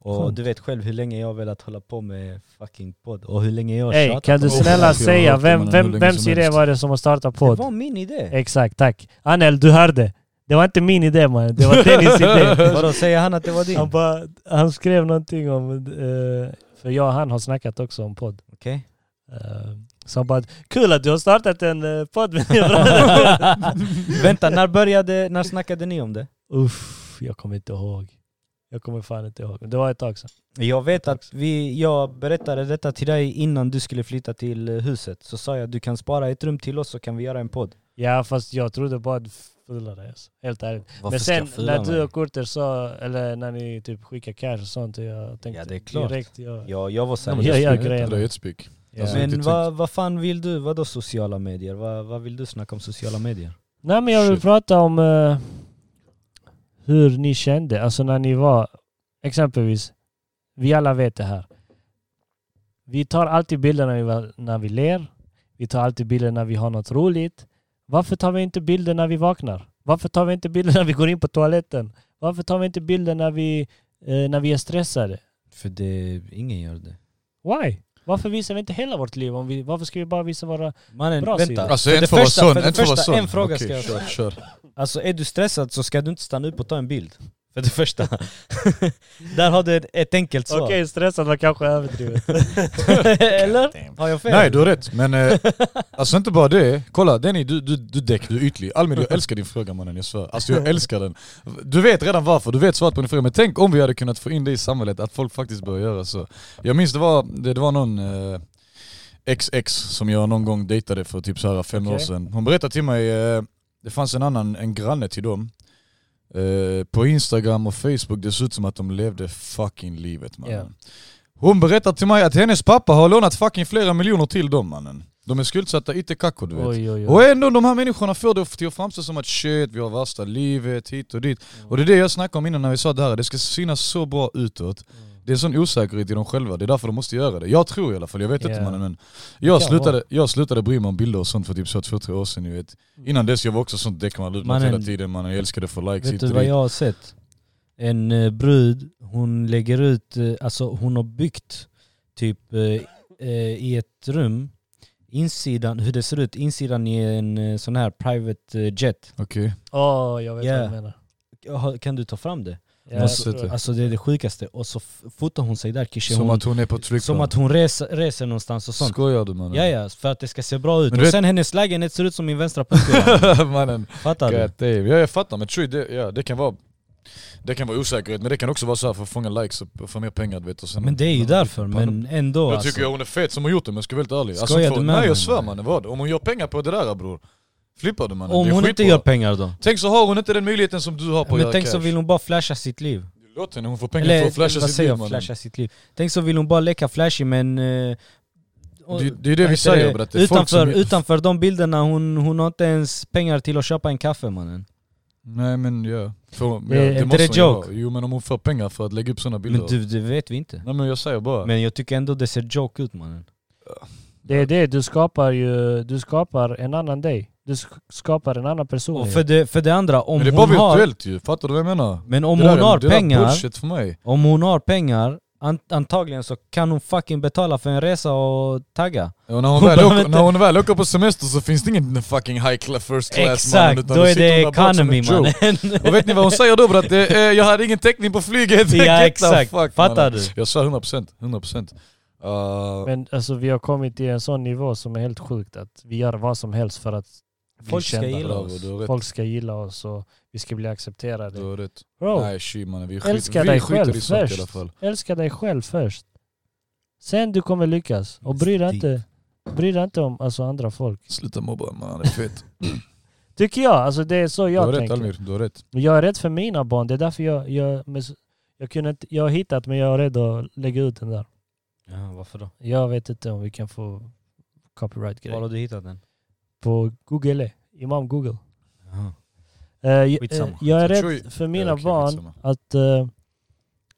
Och
Skönt.
du vet själv hur länge jag har velat hålla på med fucking podd och hur länge jag har
Ey,
tjatat
kan du
om det.
snälla
jag
säga
har hört det,
vem,
men hur
vem,
länge
vems
som
idé
helst.
var det som har startat
Det
podd?
var min idé!
Exakt, tack. Anel, du hörde. Det var inte min idé man, det var Dennis idé.
Vadå säger han att det var din?
Han,
Okej.
bara, han skrev någonting om, eh, för jag och han har snackat också om podd. Eh, Så han bara, kul att du har startat en eh, podd med din bror.
Vänta, när började, när snackade ni om det?
Uff, jag kommer inte ihåg. Jag kommer fan inte ihåg. Men Det var ett tag sedan.
Jag vet att vi, jag berättade detta till dig innan du skulle flytta till eh, huset, så sa jag du kan spara ett rum till oss så kan vi göra en podd.
Ja fast jag trodde bara att fula dig alltså. Helt ärligt. Men sen när du och Kurter sa, eller när ni typ skickar cash och sånt, jag tänkte
Ja, det är klart.
direkt jag...
Ja, jag var
men
seriös.
jag gör grejer.
Det är ett spik.
Ja.
Alltså,
Men
riktigt
vad, vad fan vill du? Vadå sociala medier? Vad, vad vill du snacka om sociala medier?
Nej men jag vill
Shit.
prata om eh, hur ni kände, alltså när ni var, exempelvis, vi alla vet det här. Vi tar alltid bilder när vi, var- när vi ler. Vi tar alltid bilder när vi har något roligt. Varför tar vi inte bilder när vi vaknar? Varför tar vi inte bilder när vi går in på toaletten? Varför tar vi inte bilder när vi, eh, när vi är stressade?
För det, ingen gör det.
Why? Varför visar vi inte hela vårt liv? Om vi, varför ska vi bara visa våra...
Mannen,
Bra
vänta.
sida.
Alltså
För
en
det
får vara
första-
sån,
för det
en får vara
första,
sån.
En fråga
Okej,
ska jag
kör,
fråga.
kör.
Alltså är du stressad så ska du inte stanna upp och ta en bild. För det första. Där har du ett enkelt svar.
stressad var kanske överdrivet. Eller?
Har jag fel?
Nej du har rätt, men eh, alltså inte bara det. Kolla Denny, du, du, du däck, du är ytlig. Almin jag älskar din fråga mannen, jag svär. Alltså jag älskar den. Du vet redan varför, du vet svaret på din fråga. Men tänk om vi hade kunnat få in det i samhället, att folk faktiskt börjar göra så. Jag minns det var, det, det var någon eh, XX som jag någon gång dejtade för typ så här fem år
Okej.
sedan. Hon berättade till mig, eh, det fanns en annan, en granne till dem. Eh, på Instagram och Facebook, det såg ut som att de levde fucking livet mannen.
Ja.
Hon berättar till mig att hennes pappa har lånat fucking flera miljoner till dem mannen. De är skuldsatta itekacko du vet.
Oj, oj, oj.
Och ändå de här människorna får det till att framstå som att shit, vi har värsta livet hit och dit.
Mm.
Och det är det jag snackade om innan när vi sa det här, det ska synas så bra utåt.
Mm.
Det är en sån osäkerhet i dem själva, det är därför de måste göra det. Jag tror i alla fall, jag vet
Ja.
inte mannen men jag
kan
slutade, jag slutade bry mig om bilder och sånt för typ så två, tre år sedan ni vet. Innan dess jag var också sånt däckmalut
Mm. Mannen,
hela tiden mannen, jag älskade att få likes
Vet
hit
du
och
vad
dit.
jag har sett? En eh, brud, hon lägger ut, eh, alltså hon har byggt typ eh, eh, i ett rum, insidan, hur det ser ut, insidan i en eh, sån här private eh, jet.
Okej,
Åh, jag vet
Yeah.
vad du menar.
Har- Kan du ta fram det?
Ja,
Måste
jag tror
inte.
det.
Alltså det är det sjukaste. Och så f- fotar hon sig där Kishe.
som
hon,
att hon är på ett
som
flygplan.
att hon reser, reser någonstans och sånt.
Skojar du mannen?
Ja, ja, för att det ska se bra ut.
Men
Och
du vet-
sen hennes lägenhet ser ut som min vänstra pungkula.
mannen.
Fattar du?
God damn. Ja jag fattar men Troy, det, ja, det kan vara det kan vara osäkerhet men det kan också vara så här för att fånga likes och och få mer pengar du vet och sen,
Men det är ju därför,
Pannan-
men ändå
Jag
alltså.
tycker jag hon är fet som har gjort det men ska vara väldigt ärlig. Alltså,
Skojar
för,
du med
Nej
mig,
jag svär
mannen?
mannen, vad? Om hon gör pengar på det där bror, flippar du mannen.
Om
det är
hon inte
skitbra.
gör pengar då?
Tänk så har hon inte den möjligheten som du har på att
Men
göra
tänk
cash.
så vill hon bara flasha sitt liv.
Låt henne, hon får pengar för att flasha
vad
sitt
säger
liv
jag?
mannen.
Flasha sitt liv. Tänk så vill hon bara leka flashy men... eh, och-
Det, det är det vi
vad heter
säger bratte. Folk
utanför,
som-
utanför de bilderna, hon, hon har inte ens pengar till att köpa en kaffe mannen.
Nej men ja. För,
Det- är
ja
inte
måste
det
hon göra.
joke?
Jo men om hon får pengar för att lägga upp sådana bilder.
Men du, det vet vi inte.
Nej men jag säger bara.
Men jag tycker ändå det ser joke ut mannen.
Det är det, du skapar ju, du skapar en annan dig. Du sk- skapar en annan person.
Och för det, för det andra, om
Men det är
hon
bara
har...
virtuellt ju, fattar du vad jag menar?
Men om
det där
hon
är-
har
det där är
pengar,
bullshit för mig.
om hon har pengar, an, antagligen så kan hon fucking betala för en resa och tagga.
Och när, hon
Hon
väl
behöver
åker,
inte-
när hon väl åker på semester så finns det ingen fucking high class first class mannen,
Exakt,
utan
då
då
är
sitter
det
hon där bak som en
economy
joke.
mannen.
Och vet ni vad hon säger då bratte? Eh, jag hade ingen täckning på flyget. Get
ja
the
exakt,
fuck,
fattar
mannen.
du?
Jag svär 100%, 100%. Uh,
Men alltså vi har kommit till en sån nivå som är helt sjukt att vi gör vad som helst för att bli
Folk ska
kända.
gilla
bravo,
oss.
du har rätt.
Folk ska gilla oss och vi ska bli accepterade.
Du har rätt.
Bro,
Nej tji mannen, vi, skit,
älska
vi
dig
skiter
själv
i sånt i alla
först.
fall.
älska dig själv först. Sen du kommer lyckas. Och bry dig inte, bry dig inte om alltså, andra folk.
Sluta mobba mannen, det är fett.
Tycker jag. Alltså det är så
Du har
jag
rätt
tänker.
Almir, du har rätt.
Och Jag är rädd för mina barn. Det är därför jag, jag, men s- jag, kunde inte, jag har hittat men jag är rädd att lägga ut den där.
Ja, varför då?
Jag vet inte om vi kan få
Var
copyright-grej.
har du hittat den?
På Google, Imam Google. Eh, jag,
Skitsamma,
eh, jag är
skitsamma. Jag
rädd för mina
Ja, okej,
barn
skitsamma.
att, eh,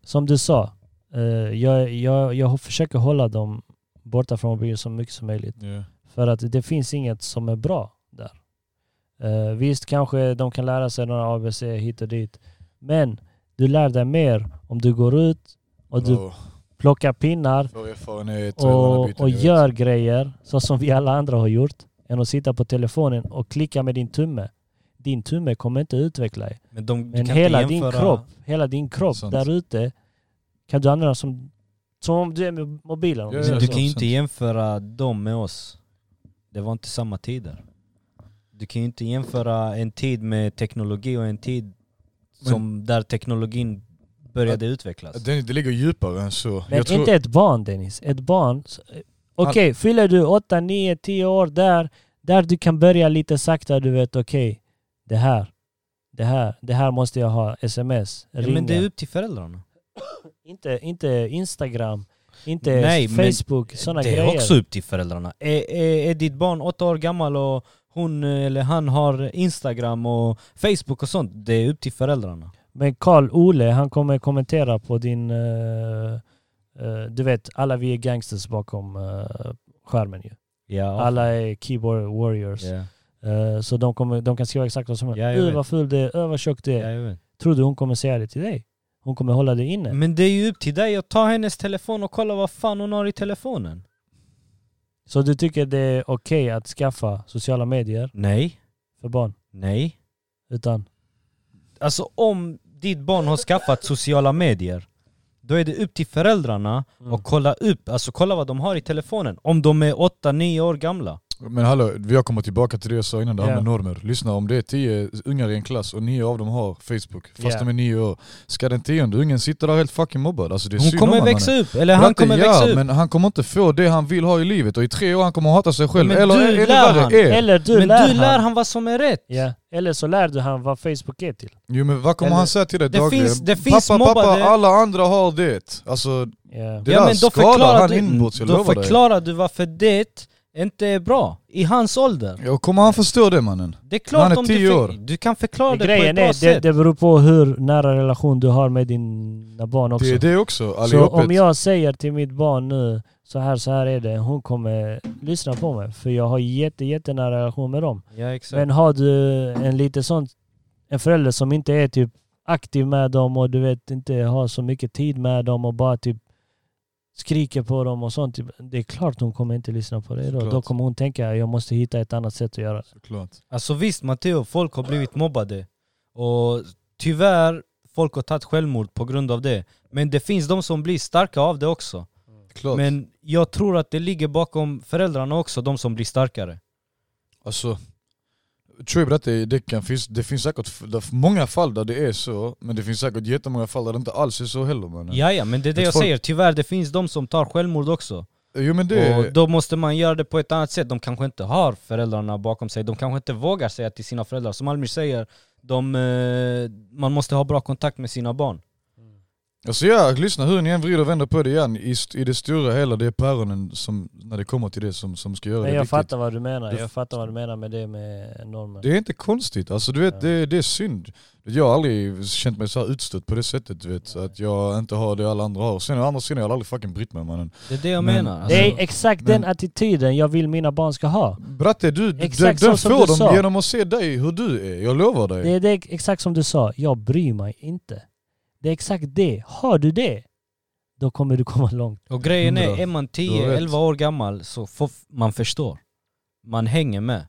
som du sa, eh, jag, jag, jag försöker hålla dem borta från mobilen så mycket som möjligt.
Ja.
För att det finns inget som är bra där. Eh, visst, kanske de kan lära sig några ABC hit och dit. Men du lär dig mer om du går ut och du
Bravo.
plockar pinnar
Får erfarenhet och hela den här
och,
biten,
och
jag vet.
gör grejer så som vi alla andra har gjort än att sitta på telefonen och klicka med din tumme. Din tumme kommer inte utveckla dig.
Men, de,
Men hela din kropp, hela din kropp
Sant.
där ute kan du använda som, som om du är med mobilen. om
Ja,
vi
ja,
säger
Men du
så.
kan ju inte jämföra dem med oss. Det var inte samma tider. Du kan ju inte jämföra en tid med teknologi och en tid som där teknologin började utvecklas.
Det, det ligger djupare än så.
Men
jag tror,
inte ett barn Dennis, ett barn. s- eh, Okej, fyller du 8, 9, 10 år där, där du kan börja lite sakta, du vet okej, det här, det här, det här måste jag ha, sms,
ja,
ringa.
men det är upp till föräldrarna.
inte, inte Instagram, inte
Nej, men
Facebook, sådana
det är
grejer.
också upp till föräldrarna. Är, är, är ditt barn åtta år gammal och hon eller han har Instagram och Facebook och sånt, det är upp till föräldrarna.
Men Karl Ole, han kommer kommentera på din eh, eh, du vet, alla vi är gangsters bakom eh, skärmen ju.
Ja.
Alla är keyboard warriors.
Ja.
Eh, så de, kommer, de kan skriva exakt vad som helst.
Ja, jag
"Uh,
vet.
vad ful det är, "Uh, vad tjock det är.
Ja, jag vet.
Tror du hon kommer säga det till dig? Hon kommer hålla det inne.
Men det är ju upp till dig att ta hennes telefon och kolla vad fan hon har i telefonen.
Så du tycker det är okej att skaffa sociala medier
Nej.
för barn?
Nej.
Utan,
Alltså om ditt barn har skaffat sociala medier, då är det upp till föräldrarna
Mm.
att kolla upp, alltså kolla vad de har i telefonen. Om de är 8-9 år gamla.
Men hallå, jag kommer tillbaka till det jag sa innan, det här
Ja.
med normer. Lyssna, om det är tio ungar i en klass och nio av dem har Facebook, fast
Ja.
de är nio år. Ska den tionde ungen sitta där helt fucking mobbad? Alltså det är
Hon
synd
kommer
om
växa
mannen.
upp, eller han
Bratte,
kommer
ja,
växa upp.
men han kommer inte få det han vill ha i livet och i tre år han kommer hata sig själv.
Men
Eller
du
är det
lär
värre
han.
er?
eller du,
men
lär,
du lär
han.
han vad som är rätt.
Ja. Eller så lär du han vad Facebook är till.
Jo men vad kommer
Eller-
han säga till dig
Det
dagligen?
finns- det finns
pappa, pappa,
mobbade-
alla andra har det. Alltså
Ja.
det där skadar han inbrott, jag
då
lovar dig.
förklarar du varför det inte är bra i hans ålder.
Ja, Kommer han förstå det mannen?
Det är klart
Han är
om du,
10 år.
fick, du kan förklara det på ett
Grejen
bra
är, det,
sätt.
det beror på hur nära relation du har med dina barn också.
Det är det också,
så
allihop.
om jag säger till mitt barn nu, så här, så här är det, hon kommer lyssna på mig. För jag har jätte, jättenära relation med dem.
Ja, exakt.
Men har du en lite sån, en förälder som inte är typ aktiv med dem och du vet inte har så mycket tid med dem och bara typ skriker på dem och sånt. typ, Det är klart hon kommer inte lyssna på det då.
Såklart.
Då kommer hon tänka jag måste hitta ett annat sätt att göra det.
Såklart.
Alltså visst Matteo, folk har blivit mobbade. Och tyvärr, folk har tagit självmord på grund av det. Men det finns de som blir starka av det också.
Klart.
Men jag tror att det ligger bakom föräldrarna också, de som blir starkare.
Alltså, Troy berättade i Deccan, finns, det finns säkert f- där- många fall där det är så, men det finns säkert jättemånga fall där det inte alls är så heller mannen.
Ja, ja, men det är det
Att
jag
folk-
säger. Tyvärr, det finns de som tar självmord också.
Jo men det...
Och då måste man göra det på ett annat sätt. De kanske inte har föräldrarna bakom sig. De kanske inte vågar säga till sina föräldrar. Som Almir säger, de, eh, man måste ha bra kontakt med sina barn.
Alltså ja, lyssna hur ni än vrider och vänder på det igen, i, st- i det stora hela det är päronen som, när det kommer till det som, som ska göra
Men
det
jag
riktigt.
fattar vad du menar.
Du-
Jag fattar vad du menar med det med normer.
Det är inte konstigt, alltså du vet
Ja.
det, det är synd. Jag har aldrig känt mig så här utstött på det sättet du vet, så att jag inte har det alla andra har. Sen å andra sidan, jag har aldrig fucking brytt mig mannen.
Det är det jag
Men-
menar. Alltså,
Det är exakt den
men-
attityden jag vill mina barn ska ha.
Bratte, du, du, den
Exakt så som du
får
sa.
dem genom att se dig hur du är, jag lovar dig.
Det är det, exakt som du sa, jag bryr mig inte. Det är exakt det. Har du det, då kommer du komma långt.
Och grejen är,
Hundra.
är man
Du har rätt.
10-11 år gammal så får f- man förstår. Man hänger med.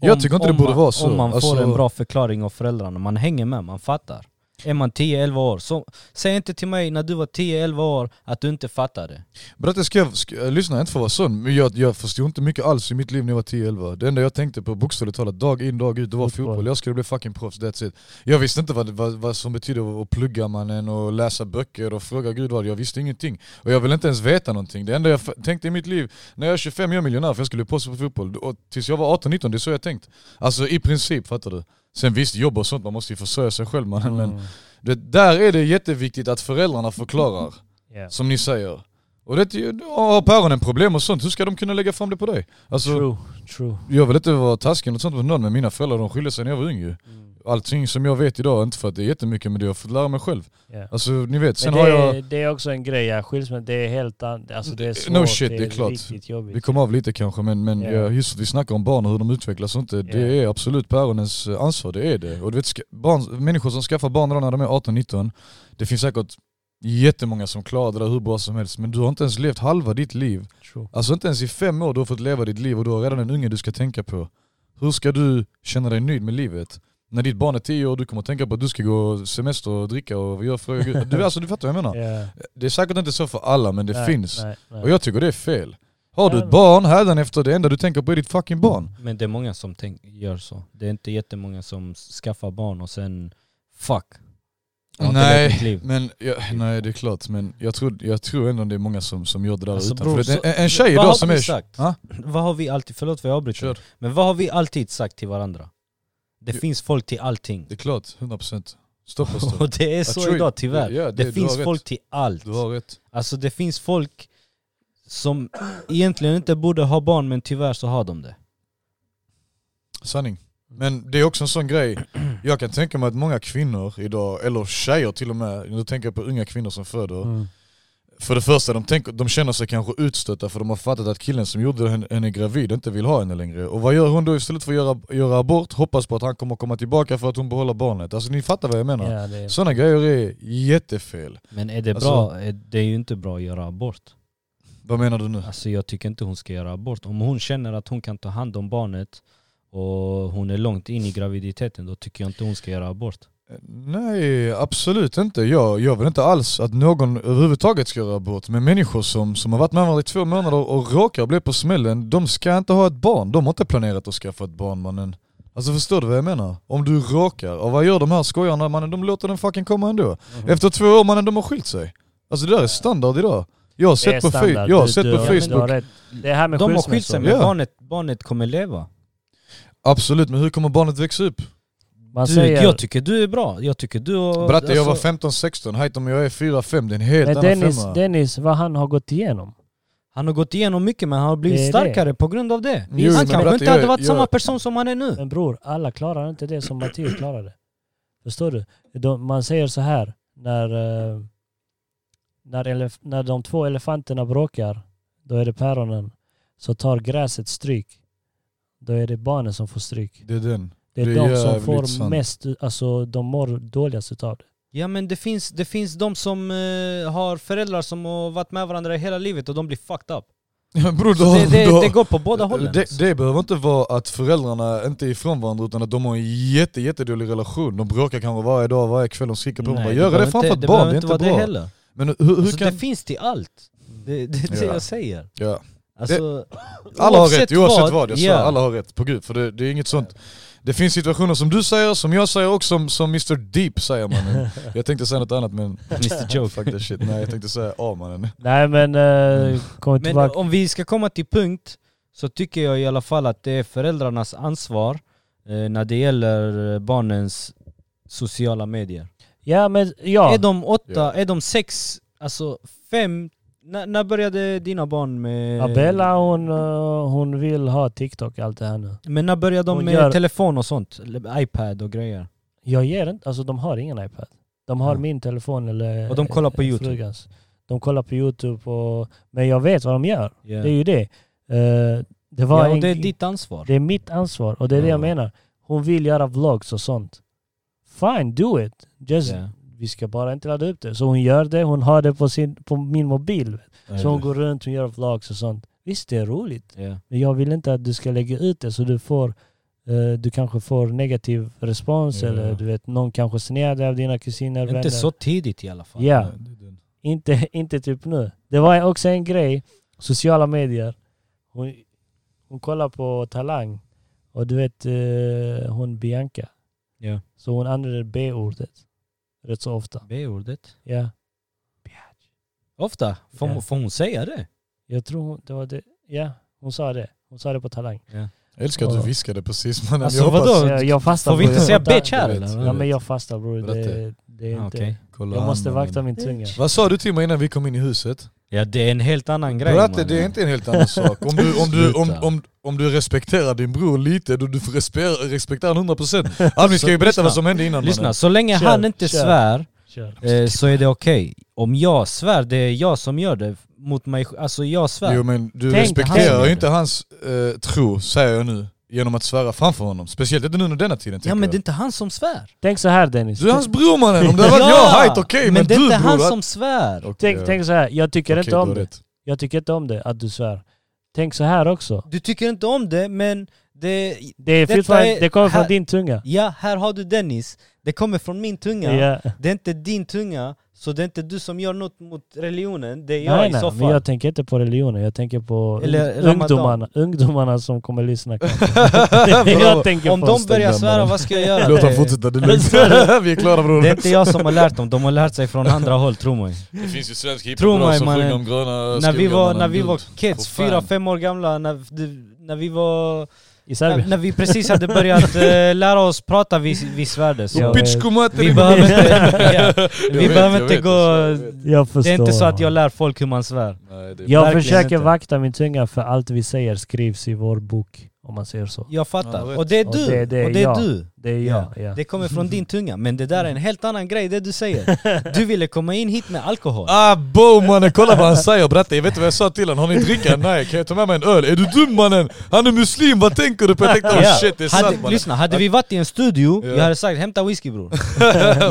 Jag tycker inte det borde
man,
vara så.
Om man
Alltså-
får en bra förklaring av föräldrarna. Man hänger med, man fattar. Är man 10-11 år, så säg inte till mig när du var 10-11 år att du inte fattade.
Bratte, ska jag, ska, jag- lyssna inte för att vara sån, men jag, jag förstod inte mycket alls i mitt liv när jag var 10-11 Det enda jag tänkte på bokstavligt talat, dag in dag ut, det var
Fotboll.
fotboll. Jag skulle bli fucking proffs, that's it. Jag visste inte vad, vad, vad som betyder att plugga mannen och läsa böcker och fråga gud vad, jag visste ingenting. Och jag ville inte ens veta någonting. Det enda jag f- tänkte i mitt liv, när jag är 25 jag är miljonär för jag skulle bli proffs på fotboll. Och tills jag var 18-19, det är så jag tänkt. Alltså i princip, fattar du? Sen visst, jobb och sånt, man måste ju försörja sig själv mannen.
Mm.
Men det, där är det jätteviktigt att föräldrarna förklarar.
Yeah.
Som ni säger. Och det, är ju- har päronen problem och sånt, hur ska de kunna lägga fram det på dig? Alltså,
True, true.
jag vill inte vara taskig eller sånt mot någon, men mina föräldrar de skilde sig när jag var ung ju.
Mm.
Allting som jag vet idag, inte för att det är jättemycket, men det har jag fått lära mig själv.
Yeah.
Alltså ni vet, sen
Men det,
har jag...
är, det är också en grej, ja. skilsmässa, det är helt annat. Alltså det är svårt,
No shit, det är klart.
riktigt jobbigt.
Vi kom av lite kanske, men, men
Ja.
yeah. just att vi snackar om barn och hur de utvecklas och inte, det
Ja.
är absolut päronens eh, ansvar, det är det. Och du vet, ska- barn, människor som skaffar barn redan när de är 18-19, det finns säkert jättemånga som klarar det där hur bra som helst, men du har inte ens levt halva ditt liv.
True.
Alltså inte ens i fem år du har fått leva ditt liv och du har redan en unge du ska tänka på. Hur ska du känna dig nöjd med livet? När ditt barn är tio år du kommer tänka på att du ska gå semester och dricka och göra fråga Gud. Du, alltså, du fattar vad jag menar.
Yeah.
Det är säkert inte så för alla men det
Nej,
finns.
Nej, nej.
Och jag tycker det är fel. Har du
Nej,
ett
men-
barn hädanefter, det enda du tänker på är ditt fucking barn.
Men det är många som tänk, gör så. Det är inte jättemånga som skaffar barn och sen fuck. Jag har inte levt mitt
Nej,
liv.
men, jag, nej det är klart men jag tror, jag tror ändå det är många som, som gör det där
Alltså,
utan.
bror,
För det,
så-
en, en tjej
vad
idag
har
som
vi
är...
sagt?
Ha?
Vad har vi alltid, förlåt för jag avbryter.
Kör.
Men vad har vi alltid sagt till varandra? Det
Jo.
finns folk till allting.
Det är klart, 100%. Stopp oss då.
Och det är så
tror-
idag tyvärr.
Ja,
det
det- du
finns
har rätt.
folk till allt.
Du har rätt.
Alltså det finns folk som egentligen inte borde ha barn men tyvärr så har de det.
Sanning. Men det är också en sån grej, jag kan tänka mig att många kvinnor idag, eller tjejer till och med, nu tänker jag på unga kvinnor som föder,
Mm.
För det första, de, tänker, de känner sig kanske utstötta för de har fattat att killen som gjorde henne, henne gravid inte vill ha henne längre. Och vad gör hon då istället för att göra, göra abort? Hoppas på att han kommer komma tillbaka för att hon behåller barnet. Alltså ni fattar vad jag menar?
Ja, det,
Sådana grejer är jättefel.
Men är det
Alltså-
bra? Är- Det är ju inte bra att göra abort.
Vad menar du nu?
Alltså jag tycker inte hon ska göra abort. Om hon känner att hon kan ta hand om barnet och hon är långt in i graviditeten, då tycker jag inte hon ska göra abort.
Nej, absolut inte. Jag, jag vill inte alls att någon överhuvudtaget ska göra abort. Men människor som, som har varit med varandra i två månader och råkar bli på smällen, de ska inte ha ett barn. De har inte planerat att skaffa ett barn mannen. Alltså förstår du vad jag menar? Om du råkar, och vad gör de här skojarna mannen? De låter den fucking komma ändå. Efter två år mannen, de har skilt sig. Alltså det där är standard idag. Jag har
det är
sett på, fe-
standard.
jag har
Du-
sett
du
på
har- du har
Facebook.
rätt. Det här med
De har skilt sig
skilsmässor.
men
Ja.
barnet, barnet kommer leva.
Absolut, men hur kommer barnet växa upp?
Man
Du,
säger...
Jag tycker du är bra. Jag tycker du... har-
Bratte, jag var
alltså,
15-16. Hajt om jag är 4-5, det är en helt
men
annan
Dennis,
femma.
Dennis, vad han har gått igenom.
Han har gått igenom mycket men han har
Det är
blivit
det.
starkare på grund av det.
Jo,
han
men
kanske
Bratte,
inte hade
jag-
varit
jag-
samma person som han är nu.
Men bror, alla klarar inte det som Mattias klarade. Förstår du? De, man säger så här, när, eh, när, elef- när de två elefanterna bråkar, då är det päronen. Så tar gräset stryk. Då är det barnen som får stryk.
Det är den.
Det är
Det är
de som
jävligt
får
sant.
mest, alltså de mår dåligast utav det.
Ja men det finns, det finns de som eh, har föräldrar som har varit med varandra hela livet och de blir fucked up.
Ja, Bror, du
Så
har,
det,
du
det,
har,
det går på båda hållen.
Det, det behöver inte vara att föräldrarna inte är ifrån varandra utan att de har en jätte, jättedålig relation. De bråkar kanske varje dag, varje kväll, de skriker på varandra. Gör det,
behöver
framför
inte-
ett barn, det är inte
behöver
bra.
vara det heller.
Men hur, hur
Alltså,
kan...
Det finns till allt. Det det är det,
Ja.
jag säger.
Ja.
Alltså,
Alla har
oavsett
rätt, oavsett vad. Jag svär,
ja.
alla har rätt. På gud, för det, det är inget sånt. Det finns situationer som du säger, som jag säger och som, som Mr Deep säger mannen. Jag tänkte säga något annat men
Mr Joke.
fuck that shit. Nej jag tänkte säga A mannen.
Nej men,
Mm.
eh, kommer
Men
tillbaka.
om vi ska komma till punkt så tycker jag i alla fall att det är föräldrarnas ansvar eh, när det gäller eh, barnens sociala medier.
Ja men ja.
Är de åtta,
Ja.
är de sex, alltså fem? När, när började dina barn med...
Abella hon, eh, hon vill ha TikTok allt det här nu.
Men när började de
Hon
med
gör-
telefon och sånt? Eller iPad och grejer?
Jag ger inte, alltså de har ingen iPad. De har
Ja.
min telefon eller
Och de kollar på
eh,
YouTube.
frugans. De kollar på YouTube och... Men jag vet vad de gör. Det är ju det. Eh, det, var
Ja, och
en,
det är ditt ansvar.
det är mitt ansvar och det är det jag
Ja.
menar. Hon vill göra vlogs och sånt. Fine, do it. Just,
Ja.
Vi ska bara inte ladda upp det. Så hon gör det, hon har det på, sin, på min mobil. Så hon går runt, hon gör vlogs och sånt. Visst, det är roligt.
Ja.
Men jag vill inte att du ska lägga ut det så du får eh, du kanske får negativ respons
Ja.
eller du vet någon kanske snear dig av dina kusiner, vänner.
Inte så tidigt i alla fall.
Ja, inte, inte typ nu. Det var också en grej, sociala medier. Hon, hon kollar på Talang och du vet eh, hon Bianca.
Ja.
Så hon använder B-ordet rätt så ofta.
B-ordet.
Ja,
Ofta. Får,
Ja.
får hon säga det?
jag tror hon, det var det. Ja, hon sa det. Hon sa det på Talang.
Jag älskar att du viskade precis mannen.
Alltså,
jag hoppas...
vadå?
Så jag, jag fastar
Får vi
bror.
inte
Jag
säga
fattar-
bitch här
jag vet.
eller?
Ja men jag fastar bror. Det, det är
Ah,
inte...
okej.
Kolla
Jag
han,
måste
mannen.
vakta min tunga.
Vad sa du till mig innan vi kom in i huset?
Ja det är en helt annan grej
Bratte,
mannen.
det är inte en helt annan sak. Om du, om du, om,
Sluta.
om, om du respekterar din bror lite, då du får respe- respektera honom 100%. Alvin ska ju
Så,
berätta
lyssna.
vad som hände innan
Lyssna,
mannen.
så länge
Kör,
han inte
kör.
svär
Kör.
eh, så är det okej. Om jag svär, det är jag som gör det mot mig sj- Alltså jag svär.
Jo men du
Tänk,
respekterar
han-
ju inte hans eh, tro, säger jag nu, genom att svära framför honom. Speciellt inte nu under denna tiden
ja
tänker
men
jag.
det är inte han som svär.
Tänk så här Dennis.
Du är hans bror mannen, om det hade varit jag, hajt okej, men,
men det är
du
inte
bror...
han
att-
som svär.
Okej,
Tänk,
ja.
tänk så här, jag tycker
Okej,
inte om
du har
det.
rätt.
Jag tycker inte om det att du svär. Tänk så här också.
Du tycker inte om det men det...
Det, är
Detta
fortfarande,
är-
det kommer från
här-
din tunga.
Ja, här har du Dennis. Det kommer från min tunga.
Ja.
Det är inte din tunga, så det är inte du som gör något mot religionen. Det är jag
Nej,
i
nej,
så
men
fall.
jag tänker inte på religionen. Jag tänker på
Eller
ung-
Ramadan.
ungdomarna, ungdomarna som kommer lyssna. kanske. Det är jag tänker
Om
på.
de
stämmer,
börjar svära,
mannen.
vad ska jag göra?
Låt han
Det,
fortsätta, det är lugnt. Vi är klara bror.
det är inte jag som har lärt dem, de har lärt sig från andra håll, tro mig.
Det finns ju svensk
Tro
hiphop
mig,
som
mannen.
sjunger om gröna
När vi
skogar,
var,
mannen.
när vi
Gud.
var kids,
Åh, fan.
fyra, fem år gamla, när, du- när vi var...
I
När,
Serbien.
när vi precis hade börjat eh, lära oss prata, vi, vi svärdes.
Ja.
Så
Bitchko mater
Vi
i-
behöver inte, ja,
Jag
vi
vet,
behöver
jag
inte
vet,
gå...
jag vet.
Jag förstår.
Det är inte så att jag lär folk hur man svär.
Nej, det är
Jag
Verkligen
försöker
inte.
vakta min tunga för allt vi säger skrivs i vår bok. om man säger så.
Jag
Ja,
fattar.
rätt.
och det är
Och
du!
det-
Och
det är
det, är
jag.
du!
Det är jag. Ja.
Det kommer från din tunga, men det där är en helt annan grej det du säger. Du ville komma in hit med alkohol.
Ah bo mannen, kolla vad han säger bratte. Jag vet inte vad jag sa till honom, har ni dricka? Nej, kan jag ta med mig en öl? Är du dum mannen? Han är muslim, vad tänker du på? Jag tänkte
Ja.
oh, shit det är sant
hade,
mannen.
lyssna, hade vi varit i en studio,
Ja.
jag hade sagt hämta whisky bror.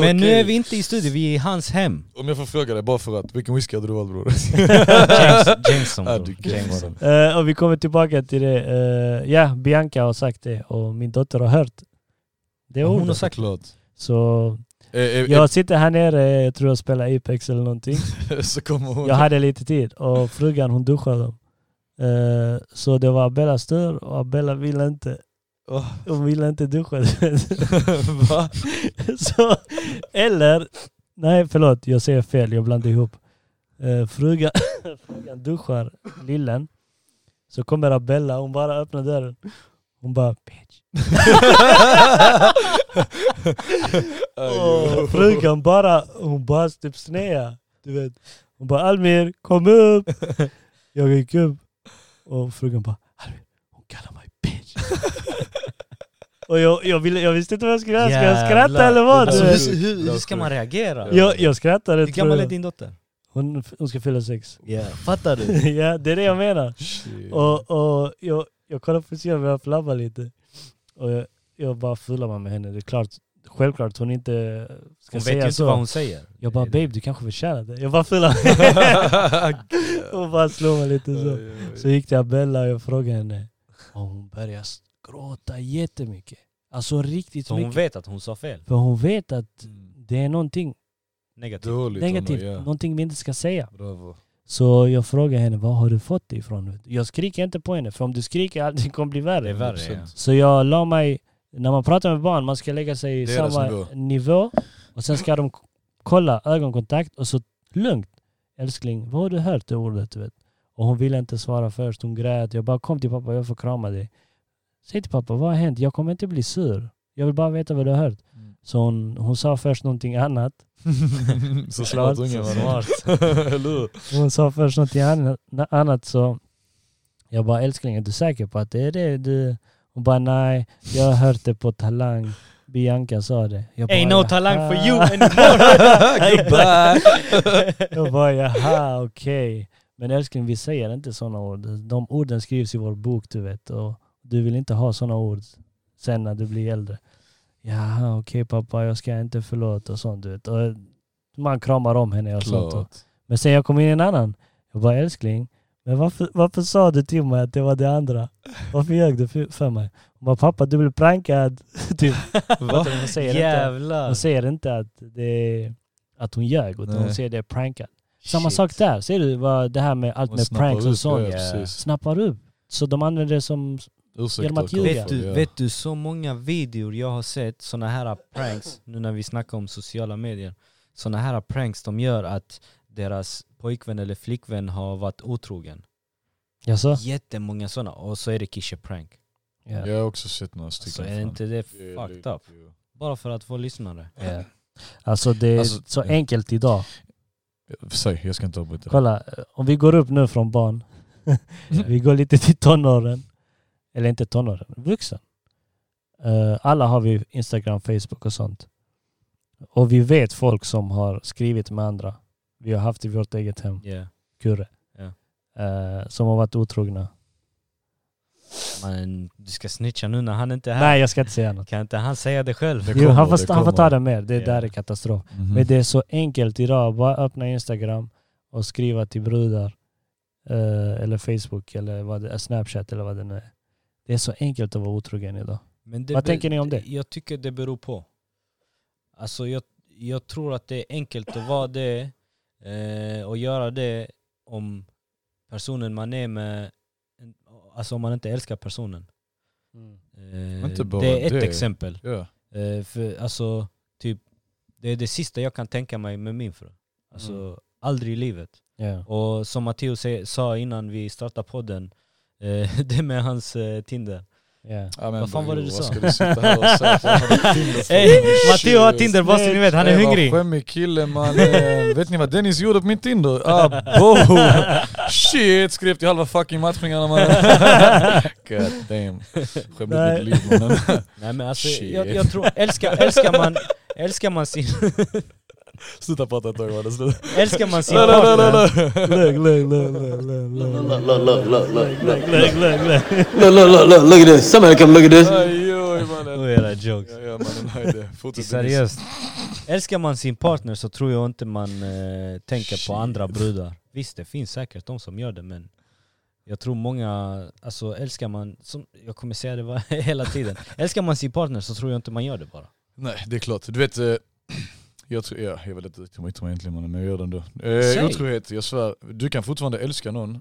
Men nu är vi inte i studio, vi är i hans hem.
Om jag får fråga dig bara för att, vilken whisky hade du valt bror?
James, Jameson
Ah,
bror.
du gay,
Jameson.
mannen.
Eh, och vi kommer tillbaka till det. Eh, ja, Bianca har sagt det och min dotter har hört det
Ja, hon
ordet.
har sagt-
Klart.
Så
Eh, eh,
jag sitter här nere, jag tror jag spelar Apex eller någonting.
eh, Så kommer hon.
Jag hade lite tid och frugan hon duschade dem. Eh, så det var Abellas tur och Abella ville inte.
Åh.
Hon ville inte duscha.
Va?
så, eller, nej förlåt jag säger fel, jag blandade ihop. Eh, frugan, frugan duschar lillen. Så kommer Abella, hon bara öppnar dörren. Hon bara bitch.
Ajo.
Och frugan bara, hon bara typ snea. Du vet. Hon bara Almir, kom upp! Jag gick upp. Och frugan bara Almir, hon kallar mig bitch. och jag, jag, ville, jag visste inte vad jag skulle göra. Ska jag skratta
Jävlar.
eller vad?
Alltså,
Du vet.
hur, hur, hur ska man reagera?
Jag, jag skrattade
Hur
tror
gammal är
jag.
din dotter?
Hon, hon ska fylla sex.
Fattar du?
ja, det är det jag menar.
Shit.
Och, och jag, jag kollade på Sia och började flabba lite. Och jag, jag bara fular mig med henne. Det är klart, självklart hon inte ska
Hon vet
säga
ju inte
så.
vad hon säger.
Jag bara babe du kanske förtjänar det. Jag bara fular och bara slår mig lite så. Så gick till Abella och jag frågade henne. Och hon började gråta jättemycket. Alltså riktigt
Så hon
mycket.
vet att hon sa fel.
För hon vet att
Mm.
det är någonting
Negativt.
Dåligt
negativt,
Anna, ja.
någonting vi inte ska säga.
Bravo.
Så jag frågade henne, var har du fått det ifrån? Jag skriker inte på henne, för om du skriker allting kommer bli
Det är
värre.
värre ja.
Så jag la mig, när man pratar med barn, man ska lägga sig i
Deras
samma
nivå.
nivå. och sen ska de k- kolla ögonkontakt och så lugnt. Älskling, vad har du hört det ordet? Du vet? Och hon ville inte svara först, hon grät. Jag bara kom till pappa, jag får krama dig. Säg till pappa, vad har hänt? Jag kommer inte bli sur. Jag vill bara veta vad du har hört.
Mm.
Så hon, hon sa först någonting annat.
Så smart unge
så
mannen.
smart.
Eller hur?
Hon sa först någonting annat, annat så jag bara älskling är du säker på att det är det du... Hon bara nej, jag har hört det på Talang. Bianca sa det. Jag bara,
Ain't no talang for you
"Jaha."
Goodbye!
jag bara jaha okej. Men älskling vi säger inte sådana ord. De orden skrivs i vår bok du vet. Och du vill inte ha sådana ord sen när du blir äldre. Jaha okej pappa jag ska inte förlåta och sånt du vet. Och man kramar om henne och sånt. Och
Klart.
men sen jag kom in i en annan. Jag bara älskling, men varför, varför sa du till mig att det var det andra? Varför ljög du för, för mig? Hon bara pappa du blev prankad. typ. Fattar du? Hon säger, inte,
Jävlar.
hon säger inte att, det, att hon ljög utan hon
Nej.
säger det är prankad. Samma
Shit.
sak där, ser du vad det här med allt
Man
med
snappar
pranks
upp, ja,
och sånt.
ja.
precis.
Snappar upp. Så de använder det som,
Ursäkta,
Genom att
kom
ljuga.
för
Vet du,
det.
vet du så många videor jag har sett, såna här pranks, nu när vi snackar om sociala medier. Såna här pranks de gör att deras pojkvän eller flickvän har varit otrogen.
jaså?
Jättemånga såna, och så är det kishe prank.
Ja.
Jag har också sett några stycken.
Så Alltså, är
fan.
inte det
Det är
fucked
lite-
up? Bara för att få lyssnare.
Ja. Alltså det är
Alltså,
så
ja.
enkelt idag.
Säg, jag ska inte avbryta.
Kolla, eh, om vi går upp nu från barn. vi går lite till tonåren. Eller inte tonåren, vuxen. Eh, alla har vi Instagram, Facebook och sånt. Och vi vet folk som har skrivit med andra. Vi har haft i vårt eget hem,
Yeah.
kurre.
Ja.
Eh, som har varit
Äh.
otrogna.
Men du ska snitcha nu när han inte är här.
Nej, jag ska inte säga något.
Kan inte han säga det själv?
Det
Jo,
kommer,
han, får,
det
han får ta
kommer.
det mer. Det
Ja.
där är katastrof.
Mhm.
Mm.
Men det är så enkelt idag. Bara öppna Instagram och skriva till brudar. Eh, eller Facebook eller vad det är, Snapchat eller vad det nu är. Det är så enkelt att vara otrogen idag.
Men det
Vad
be-
tänker ni om det?
Jag tycker det beror på. Alltså jag, jag tror att det är enkelt att vara det eh, och göra det om personen man är med, alltså om man inte älskar personen. Eh,
Inte bara
det är ett
det.
exempel.
Ja.
Eh, för, alltså, typ, det är det sista jag kan tänka mig med min fru. Alltså
Mm.
aldrig i livet.
Ja.
Och som Matteo sa innan vi startade podden, eh, det med hans eh, Tinder.
Yeah.
Ja, men
Vad fan var det
bror,
du
vad
sa?
Ska du sitta här och säga att jag har Tinder för
Ey,
mig?
Matteo har Tinder, bara så ni vet, han är
Ey, vad
hungrig.
Skämmig kille mannen. Vet ni vad Dennis gjorde på min Tinder? Ah, bo. Shit, skrev till halva fucking matchningarna mannen. God damn. Skämde mitt
Nej.
liv mannen.
Nej men alltså,
Shit.
jag, jag tror, älskar, älskar man Älskar man sin,
Sluta prata ett tag mannen, sluta.
älskar man sin
La, la, la, la,
partner,
la.
Look, look, look, look, look,
Look, look, look, look, look, look,
look, look, look, look.
look, look, look, look, look at this. Somebody come look at this.
Aj oj mannen.
Oh, era jokes.
Ja, ja mannen, hajde. Fortsätt Dennis.
Seriöst. Älskar man sin partner så tror jag inte man eh, tänker på andra brudar. Visst det finns säkert de som gör det men jag tror många, alltså älskar man, som, jag kommer säga det var- hela tiden, älskar man sin partner så tror jag inte man gör det bara.
Nej det är klart, du vet eh, jag, tror, ja, jag vet inte riktigt om jag yttrar mig egentligen mannen, men jag gör det ändå.
Säg.
Eh, otrohet, jag svär. Du kan fortfarande älska någon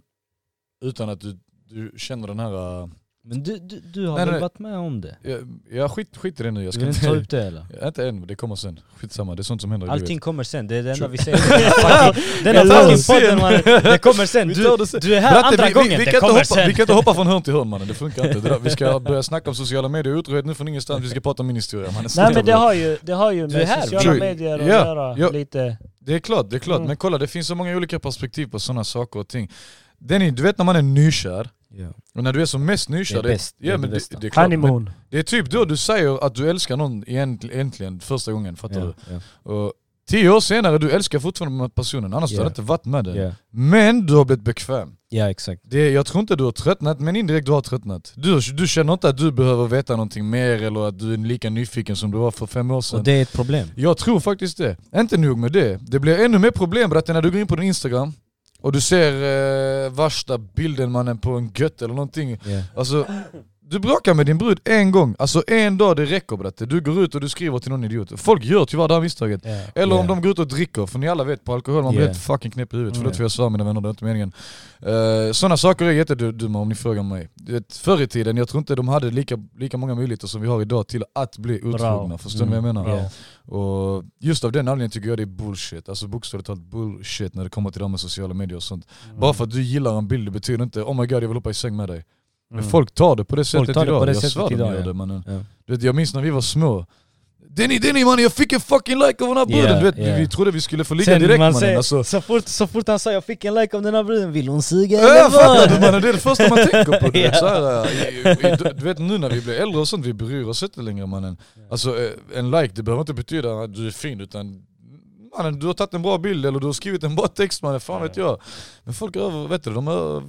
utan att du, du känner den här... eh,
Men du, du, du har
Nej,
väl
nej.
varit med om det?
Ja, ja skit, skit i det nu, jag
Du
ska
vill inte ta upp det eller?
Ja, inte än, det kommer sen. Skitsamma, det är sånt som händer i
Allting
livet.
kommer sen, det är det enda
Sure.
vi säger. Fucking- Denna
Jag tar det
fucking podden mannen, det kommer sen.
Vi tar
Du,
det sen.
du är här
Bratte,
andra
vi,
gången,
vi, vi, kan
det
inte
kommer
hoppa,
sen.
vi kan inte hoppa från hörn till hörn mannen, det funkar inte. Det där, vi ska börja snacka om sociala medier och otrohet nu från ingenstans, vi ska prata om min historia mannen.
Nej men det
Snälla,
har ju, det har ju
Du är
med
här.
sociala
True.
medier att
Ja,
göra
ja.
lite.
Det är klart, det är klart.
Mm.
Men kolla, det finns så många olika perspektiv på sådana saker och ting. Denny, du vet när man är nykär,
Ja.
och när du är som mest nykär,
Det är bäst, det
ja,
är
men
det bästa.
det, det är klart. Men
Honeymoon.
det är typ då du säger att du älskar någon egent- egentligen första gången, fattar
Ja, ja,
du? Och tio år senare, du älskar fortfarande den här personen, annars
Ja.
du hade inte varit med den.
ja.
Men du har blivit bekväm.
ja exakt.
Det, jag tror inte du har tröttnat, men indirekt du har tröttnat. Du, du känner inte att du behöver veta någonting mer eller att du är lika nyfiken som du var för fem år sedan.
Och det är ett problem.
Jag tror faktiskt det. Inte nog med det. Det blir ännu mer problem Bratte när du går in på din Instagram och du ser eh, värsta bilden mannen på en gött eller någonting.
Ja.
Alltså, du bråkar med din brud en gång. Alltså en dag det räcker Bratte. Du går ut och du skriver till någon idiot. Folk gör tyvärr det här misstaget. Eller om
Ja.
de går ut och dricker, för ni alla vet på alkohol man blir
Yeah.
helt fucking knäpp i huvudet.
Mm.
Förlåt för jag svär mina vänner, det är inte meningen. Uh, Sådana saker är jättedumma om ni frågar mig. Du vet, Förr i tiden, jag tror inte de hade lika, lika många möjligheter som vi har idag till att bli otrogna. Förstår ni vad jag menar?
Bra.
Mm. Ja.
Och just av den anledningen tycker jag det är bullshit. Alltså bokstavligt talat bullshit när det kommer till det här med sociala medier och sånt.
Mm.
Bara för att du gillar en bild det betyder inte oh my god jag vill hoppa i säng med dig. Men
Mm.
folk tar det på det sättet
tar det
idag.
på det
jag
sättet
svär de
idag,
gör
ja.
det mannen.
Ja.
Du vet, jag minns när vi var små. Denny, Denny mannen jag fick en fucking like av den här bruden!
Yeah,
du vet, vi-
yeah.
vi trodde vi skulle få ligga direkt mannen. alltså,
så, fort, så fort han sa jag fick en like om den här bruden, vill hon suga
Ja,
eller
fattar du
vad?
mannen? Det är det första man tänker på. Du
Ja.
vet, så här, eh, i, i, i, du vet nu när vi blir äldre och sånt, vi bryr oss inte längre mannen. Alltså eh, en like, det behöver inte betyda att du är fin utan mannen, du har tagit en bra bild eller du har skrivit en bra text mannen, fan vet jag. Men folk över, vet du, de ö-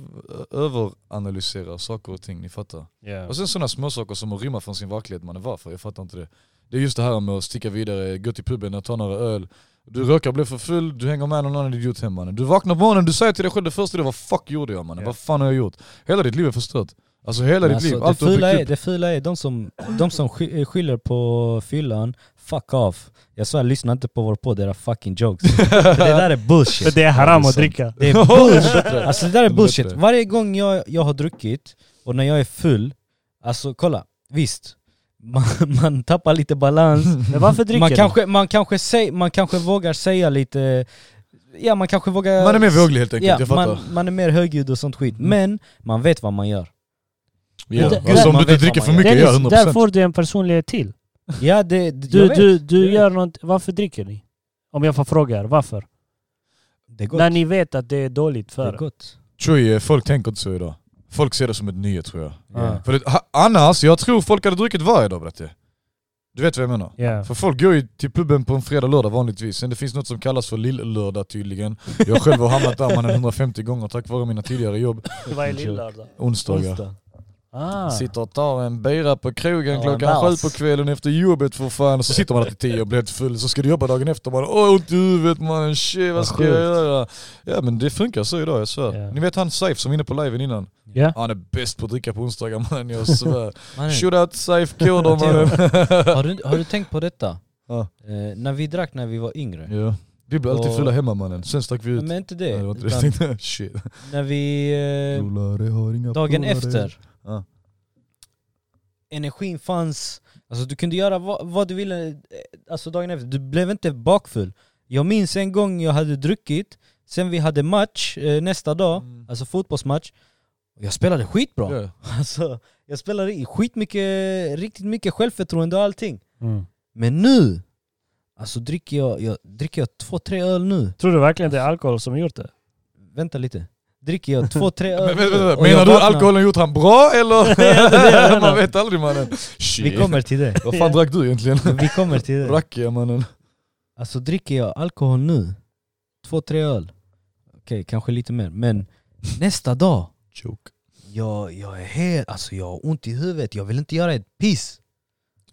överanalyserar saker och ting, ni fattar.
Yeah.
Och sen sådana småsaker som att rymma från sin verklighet mannen, varför? Jag fattar inte det. Det är just det här med att sticka vidare, gå till puben och ta några öl. Du råkar bli för full, du hänger med någon annan idiot hem mannen. Du vaknar på morgonen, du säger till dig själv det första du vad fuck gjorde jag mannen?
Ja.
Vad fan har jag gjort? Hela ditt liv är förstört. Alltså hela
Men
ditt liv,
Alltså, det,
allt du har
fula
byggt
är,
upp.
det fula är de som, de som sky- eh, skyller på fyllan, fuck off. Jag svär, lyssna inte på vår podd, era fucking jokes. För det där är
För
bullshit.
det är haram
Det är
att
sant.
dricka.
Det är bullshit.
Bättre.
Alltså det där är
Det är
bullshit.
bättre.
Varje gång jag, jag har druckit och när jag är full, alltså kolla, visst, man, man tappar lite balans,
Men varför dricker
man
du?
kanske, man, kanske säg, man kanske vågar säga lite, ja man kanske vågar...
Man är mer våglig helt enkelt,
ja,
jag fattar.
man, man är mer högljudd och sånt skit,
Mm.
men man vet vad man gör.
ja.
det-
alltså, om
man
du inte
vet vad
dricker
man
för
gör.
mycket, ja
Dennis, där
100%.
får du en personlighet till.
Ja, det, det, jag
Du,
vet.
du, du
jag
gör något, varför dricker ni? Om jag får fråga er, varför?
det är gott.
När ni vet att det är dåligt
det
för
är
er.
gott.
Tror jag, folk tänker inte så idag. Folk ser det som ett nyhet tror jag.
Ja.
För det, ha- annars, jag tror folk hade druckit varje dag bratte. Du vet vad jag menar?
Ja.
För folk går ju till puben på en fredag, lördag vanligtvis. Sen det finns något som kallas för lill-lördag tydligen. Jag själv har hamnat där mannen 150 gånger tack vare mina tidigare jobb.
Det var i lillördag.
Onsdagar.
Ah.
Sitter och tar en bira på krogen
Ja,
klockan
nice.
sju på kvällen efter jobbet för fan. Och så sitter man där till tio och blir helt full. Så ska du jobba dagen efter. Man åh ont i huvudet mannen, shit vad
Vad
ska jag
sjukt.
göra? Ja men det funkar så idag, jag svär.
Ja.
Ni vet han Saif som var inne på liven innan?
Ja.
Han är bäst på att dricka på onsdagar mannen, jag svär.
Mannen,
Shoutout Saif Kodo mannen.
har, du, har du tänkt på detta?
Ja.
Eh, när vi drack när vi var yngre,
Ja. Vi blev alltid
Och-
fulla hemma mannen, sen stack vi ut.
men inte det,
Nej, det var inte det.
utan
Jag tänkte, Shit.
när vi... Eh,
Polare har inga
dagen
polare.
efter.
Ja.
Energin fanns, alltså du kunde göra vad, vad du ville eh, alltså dagen efter, du blev inte bakfull. Jag minns en gång jag hade druckit, sen vi hade match eh, nästa dag,
Mm.
alltså fotbollsmatch, Jag spelade skitbra.
Ja.
Alltså, jag spelade i skitmycket, riktigt mycket självförtroende och allting.
Mm.
Men nu, alltså dricker jag, jag, dricker jag två, tre öl nu.
Tror du verkligen det är alkohol som gjort det?
Vänta lite. Dricker jag två, tre öl
Men, vänta,
nu
vänta,
och
menar
jag
du
vaknar-
alkoholen gjort han bra eller? Man vet aldrig mannen.
Vi
Shit.
kommer till det.
Vad fan drack du egentligen?
Vi kommer till det.
Rackiga mannen.
Alltså dricker jag alkohol nu, två, tre öl. Okej, kanske lite mer. Men nästa dag,
Joke.
jag, jag är helt, alltså jag har ont i huvudet. Jag vill inte göra ett piss.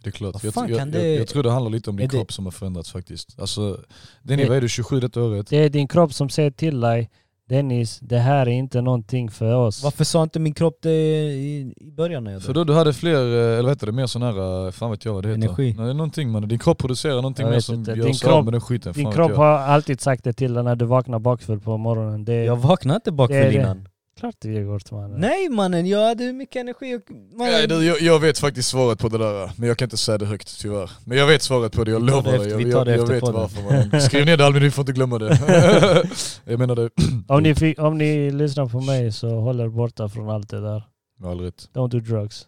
Det är klart.
Vad
Jag,
fan
jag,
kan
jag,
det-
jag tror det handlar lite om din
är det-
kropp som har förändrats faktiskt. Alltså, Denny,
Men-
vad är du? 27 detta året?
Det är din kropp som säger till dig Dennis, det här är inte någonting för oss.
Varför sa inte min kropp det i, i början när jag
För
dog?
då du hade fler, eh, eller vad heter det, mer sån här, eh, fan vet jag vad det heter.
Energi.
Nej, någonting mannen. Din kropp producerar någonting
Jag
mer
vet
som
inte.
gör
Din
sig av
kropp-
med den skiten.
din
fan vet
kropp
jag.
har alltid sagt det till dig när du vaknar bakfull på morgonen. Det är
Jag vaknade inte
Det är
bakfull
det.
innan.
klart det går mannen.
Nej mannen, jag hade hur mycket energi och... Mannen,
Nej, du, jag, jag vet faktiskt svaret på det där, men jag kan inte säga det högt tyvärr. Men jag vet svaret på det, jag
Vi tar
lovar
det
dig.
efter-
Jag,
vi tar
jag,
det
jag
efter
vet
podden.
varför. mannen. Skriv ner det Albin, du får inte glömma det. jag menar det
Om, ni fick, om ni lyssnar på mig så håll er borta från allt det där.
med all rätt.
Don't do drugs.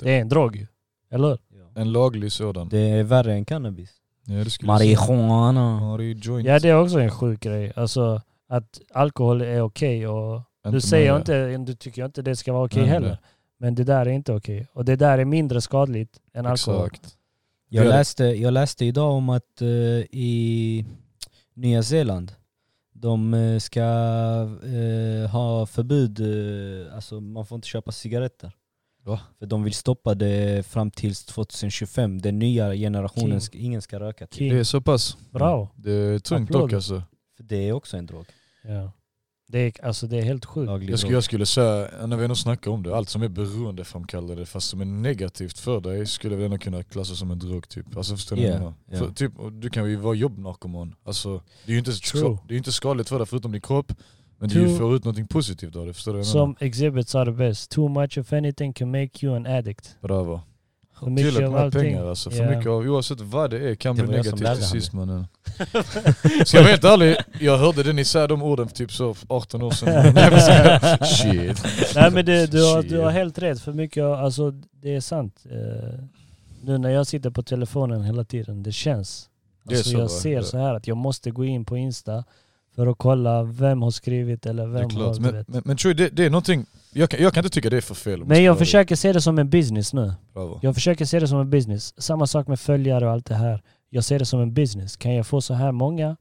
Det är en drog. Eller?
Ja.
En laglig sådan.
Det är värre än cannabis.
Ja, det skulle jag säga.
Marijuana.
Marijuana.
Ja det är också en sjuk grej. Alltså att alkohol är okej och du
Inte
säger
Maria.
inte, du tycker inte det ska vara okej
Nej, nej.
heller. Men det där är inte okej. Och det där är mindre skadligt än alkohol.
Exakt.
Jag
Gör det.
läste, jag läste idag om att eh, i Nya Zeeland de eh, ska eh, ha förbud, eh, alltså man får inte köpa cigaretter.
Va?
För de vill stoppa det fram tills 2025, den nya generationen,
King.
ska, ingen ska röka. Till.
Det
King.
är så pass.
Bra.
Det är tungt
Applåder.
dock alltså.
För det är också en drog.
Ja. Det, är, alltså, det är helt sjukt.
Laglig
Mm. Jag,
drog.
skulle- jag skulle säga, när vi ändå snackar om det, allt som är beroendeframkallande fast som är negativt för dig skulle väl ändå kunna klassas som en drog typ. Alltså förstår du vad jag
Ja,
menar?
ja.
För, typ, och du kan ju vara jobbnarkoman. Alltså, det är ju inte,
True.
ska, det är ju inte skadligt för dig förutom din kropp, men du
True.
får ut någonting positivt av det. Förstår du vad jag menar?
Som Exhibit sa det bäst. Too much of anything can make you an addict.
Bravo.
För
Till
mycket
att
av
med
allting.
pengar alltså. För
Ja.
mycket av, oavsett vad det är kan
Det
bli
var jag som
negativt
lärde
till
han
sist mannen. Ska jag vara helt ärlig, jag hörde Dennis säga de orden för typ så för 18 år sedan. Nej, men så- Shit.
Nej men det, du, har, du har
Shit.
helt rätt. För mycket, av- alltså det är sant. Eh, nu när jag sitter på telefonen hela tiden, det känns.
Det är
Alltså,
så, va?
jag ser
Ja.
så här att jag måste gå in på Insta för att kolla vem har skrivit eller
Det
vem
är klart.
har...
Men,
vet.
men, men tror jag det, det är någonting, jag kan, jag kan inte tycka det är för fel. om
Men jag
ska vara
försöker se det som en business nu.
ärlig. Bravo.
Jag försöker se det som en business. Samma sak med följare och allt det här. Jag ser det som en business. Kan jag få så här många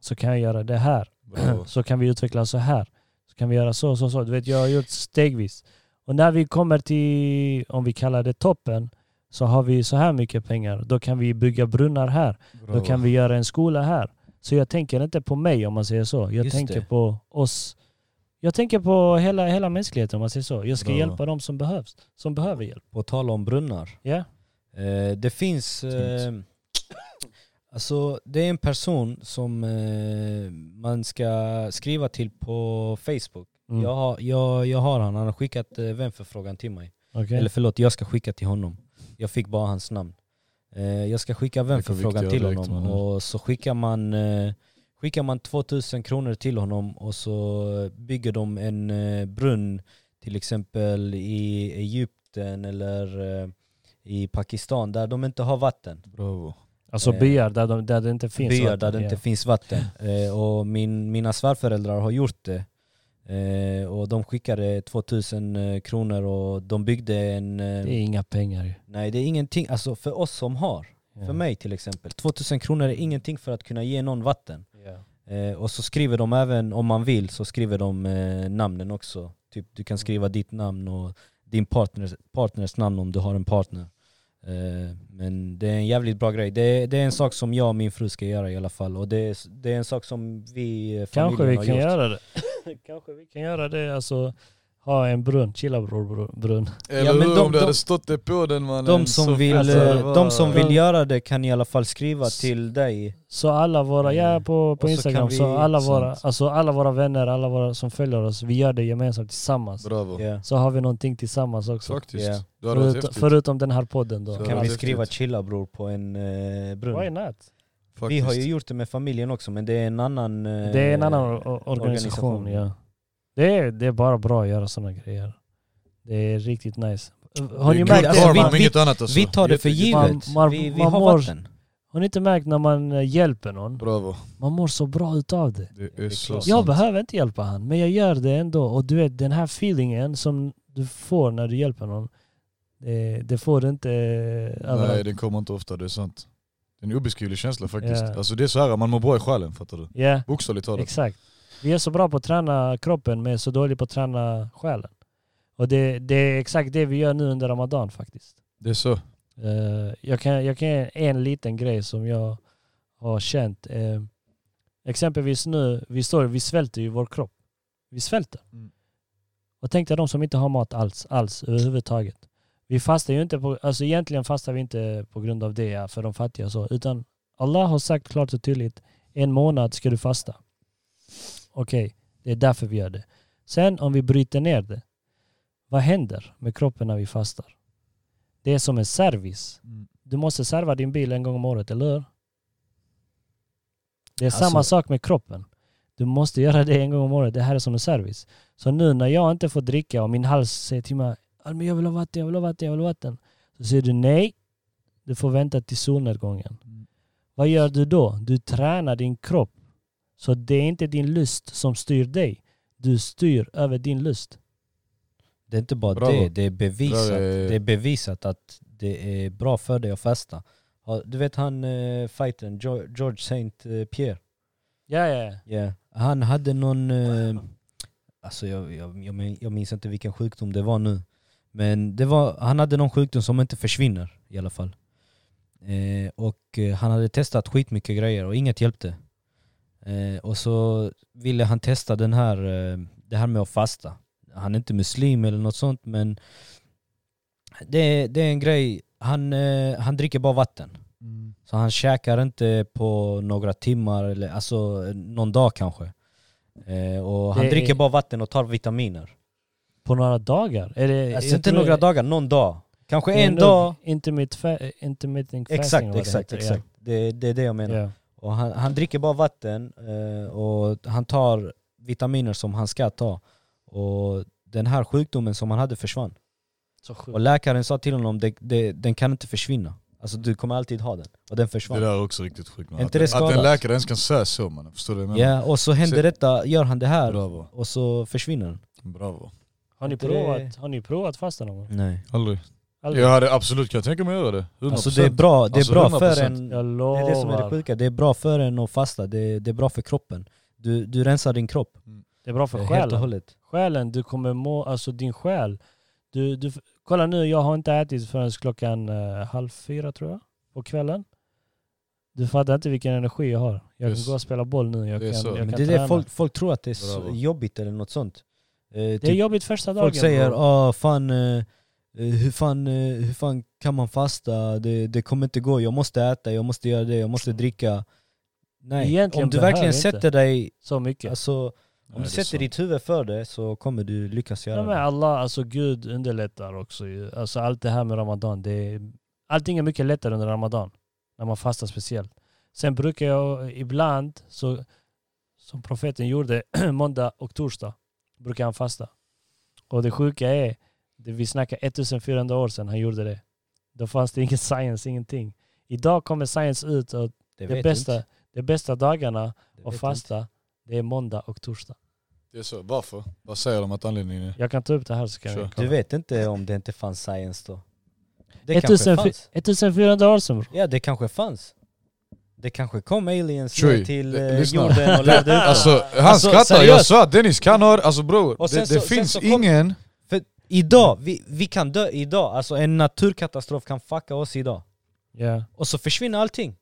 så kan jag göra det här.
Bravo.
Så kan vi utveckla så här. Så kan vi göra så, så, så. Du vet, jag har gjort stegvis. Och när vi kommer till, om vi kallar det toppen, så har vi så här mycket pengar. Då kan vi bygga brunnar här.
Bravo.
Då kan vi göra en skola här. Så jag tänker inte på mig om man säger så. Jag
Just
tänker
det.
på oss. Jag tänker på hela, hela mänskligheten om man säger så. Jag ska
Bra.
hjälpa dem som behövs. Som behöver hjälp.
På tal om brunnar.
Ja.
Eh, det finns... Eh, alltså det är en person som eh, man ska skriva till på Facebook.
Mm.
Jag, har, jag, jag har han, han har skickat eh, vänförfrågan till mig.
Okej.
Eller förlåt, jag ska skicka till honom. Jag fick bara hans namn. Eh, jag ska skicka vänförfrågan
viktiga
till
direkt,
honom
mannen.
och så skickar man, eh, skickar man 2000 kronor till honom och så bygger de en eh, brunn till exempel i Egypten eller eh, i Pakistan där de inte har vatten.
Bravo.
Alltså
Eh,
byar där, de, där det inte finns
byar
vatten,
där det
ja.
inte finns vatten. Eh, och min, mina svärföräldrar har gjort det. Eh, och de skickade 2000 eh, kronor och de byggde en... eh,
Det är inga pengar ju.
Nej det är ingenting, alltså för oss som har,
Ja.
för mig till exempel, 2000 kronor är ingenting för att kunna ge någon vatten.
Ja.
Eh, och så skriver de även, om man vill, så skriver de eh, namnen också. Typ du kan skriva ditt namn och din partners, partners namn om du har en partner. Eh, men det är en jävligt bra grej. Det, det är en sak som jag och min fru ska göra i alla fall. Och det är, det är en sak som vi eh, familjen
Kanske vi
har
kan
gjort.
göra det. Kanske vi kan göra det, alltså ha en brunn, chilla bror, bror, brunn.
Eller
men
hur,
de-
om det hade
de-
stått det på den mannen.
De som,
så
vill,
fattar det
eh, de
var-
som
Ja.
vill göra det kan i alla fall skriva
S-
till dig
Så alla våra, ja på, på
Mm. så
Instagram,
kan
så,
vi-
alla, våra,
sant.
alltså alla våra vänner, alla våra som följer oss, vi gör det gemensamt tillsammans.
Bravo.
ja.
Så har vi någonting tillsammans också.
Faktiskt.
Ja.
Det hade varit
Förut,
häftigt.
förutom den här podden då. Alltså,
Så
kan
Ja,
vi
häftigt.
skriva chilla bror på en eh, brunn.
Why not?
Vi
Faktiskt.
har ju gjort det med familjen också men det är en annan... eh,
Det är en annan o- organisation, ja. Det är, det är bara bra att göra sådana grejer. Det är riktigt nice. Har ni
är
märkt
good
det?
alltså,
karma,
vi-
men
vi-
inget annat alltså.
Vi tar det för
Jätte-
Man-
givet.
man-
vi vi
man
har
mår-
vatten.
Har ni inte märkt när man eh, hjälper någon?
Bravo.
Man mår så bra utav det.
Det är så
klart.
Jag
sant.
behöver inte hjälpa han, men jag gör det ändå. Och du vet, den här feelingen som du får när du hjälper någon, det, det får du inte eh,
Nej,
överallt.
den kommer inte ofta, det är sant. Det är en obeskrivlig känsla faktiskt.
Ja.
Alltså det är så här, man mår bra i själen, fattar du?
Ja,
Bokstavligt talat.
exakt. Vi är så bra på att träna kroppen, men är så dåliga på att träna själen. Och det, det är exakt det vi gör nu under Ramadan faktiskt.
Det är så.
Eh, jag, kan, jag kan ge en liten grej som jag har känt. Eh, exempelvis nu, vi, står, vi svälter ju vår kropp. Vi svälter.
Mm.
Och tänk dig de som inte har mat alls, alls överhuvudtaget. Vi fastar ju inte på, alltså egentligen fastar vi inte på grund av det ja, för de fattiga och så, utan Allah har sagt klart och tydligt, en månad ska du fasta. Okej, det är därför vi gör det. Sen om vi bryter ner det, vad händer med kroppen när vi fastar? Det är som en service.
Mm.
Du måste serva din bil en gång om året, eller hur? Det är
Alltså-
samma sak med kroppen. Du måste göra det en gång om året. Det här är som en service. Så nu när jag inte får dricka och min hals säger till mig "Almi, jag vill ha vatten, jag vill ha vatten, jag vill ha vatten. Så säger du nej, du får vänta till solnedgången.
Mm.
Vad gör du då? Du tränar din kropp. Så det är inte din lust som styr dig. Du styr över din lust.
Det är inte bara
Bravo.
det, det är bevisat.
Bra, eh, ja, ja, ja.
Det är bevisat att det är bra för dig att fasta. Ja, Du vet han eh, fightern Jo- George Saint eh, Pierre.
Ja, ja, ja.
Ja, Han hade någon, eh, alltså jag, jag, jag, min- jag minns inte vilken sjukdom det var nu. Men det var, han hade någon sjukdom som inte försvinner i alla fall. Eh, och eh, han hade testat skitmycket grejer och inget hjälpte. Eh, och så ville han testa den här, eh, det här med att fasta. Han är inte muslim eller något sånt men det, det är en grej, han, eh, han dricker bara vatten. Så han käkar inte på några timmar, eller, alltså någon dag kanske. Eh, och han
Det är-
dricker bara vatten och tar vitaminer.
På några dagar? Är det,
Alltså
jag
inte
tror-
några dagar, någon dag. Kanske
Det är
en
nog
dag.
Intermittent, fa- intermittent eh, fasting.
Exakt,
vad det
exakt,
heter,
exakt. Det, det är det jag
Ja.
menar.
Ja.
Och han, han dricker bara vatten eh, och han tar vitaminer som han ska ta. Och den här sjukdomen som han hade försvann.
Så
Och
sjukt.
läkaren sa till honom, det, det, den kan inte försvinna. Alltså du kommer alltid ha den. Och den
Det
försvann.
där är också riktigt sjukt man.
Är
Att,
inte det
att en
skadat?
läkare ens kan säga så man. Förstår du vad jag menar?
Ja, och så händer
Så-
detta, gör han det här
Bravo.
och så försvinner den.
Bravo.
Har ni
inte
provat,
det-
har ni provat fasta någon gång?
Nej.
Aldrig.
Aldrig?
Jag hade absolut kunnat tänka mig att göra det. 100%.
Alltså det är bra, det är
Alltså,
bra
100%.
för en,
Jag
det
lovar.
är det som är det sjuka, det är bra för en att fasta, det är, det är bra för kroppen. Du, du rensar din kropp
Det är bra för
helt och
själen.
hållet.
Själen, du kommer må, alltså din själ. Du, du, kolla nu, jag har inte ätit förrän klockan eh, halv fyra tror jag, på kvällen. Du fattar inte vilken energi jag har. Jag
Just.
kan gå och spela boll nu, jag
Det är
kan,
så.
jag
Men
kan
Men det är
träna.
det folk, folk tror att det är så
Bravo.
jobbigt eller något sånt. Eh,
det är
typ,
jobbigt första dagen.
folk säger
bro.
ah, fan, eh, eh, hur, fan, eh, hur fan kan man fasta, det, det kommer inte gå, jag måste äta, jag måste göra det, jag måste dricka. Nej,
Egentligen
om du
behöver
verkligen
inte.
sätter dig,
så mycket.
alltså, om
Nej,
du
det är
sätter
sant.
ditt huvud för det så kommer du lyckas göra
Ja, men
det.
alla, alltså Gud underlättar också ju. Alltså allt det här med Ramadan, det är, allting är mycket lättare under Ramadan. När man fastar speciellt. Sen brukar jag ibland, så, som profeten gjorde måndag och torsdag, brukar han fasta. Och det sjuka är, det, vi snackar 1400 år sedan han gjorde det. Då fanns det ingen science, ingenting. Idag kommer science ut och
Det
de
vet
bästa,
inte.
de bästa dagarna
Det vet
att
inte.
fasta, det är måndag och torsdag.
Det är så. Varför? Vad säger de att anledningen är?
Jag kan ta upp det här så kan
Kör.
vi
Du
kolla.
vet inte om det inte fanns science då? Det kanske
1400
fanns.
1400 år sedan bro.
Ja, det kanske fanns. Det kanske kom aliens
Shui,
ner till
det-
eh,
lyssna.
jorden och lärde ut oss.
Alltså han
Alltså,
skrattar, jag
seriöst.
sa att Dennis kan ha Alltså bror,
Och
det,
sen
det
så-
finns
sen så kom-
ingen...
För idag, vi, vi kan dö idag. Alltså en naturkatastrof kan fucka oss idag.
Ja.
Och så försvinner allting.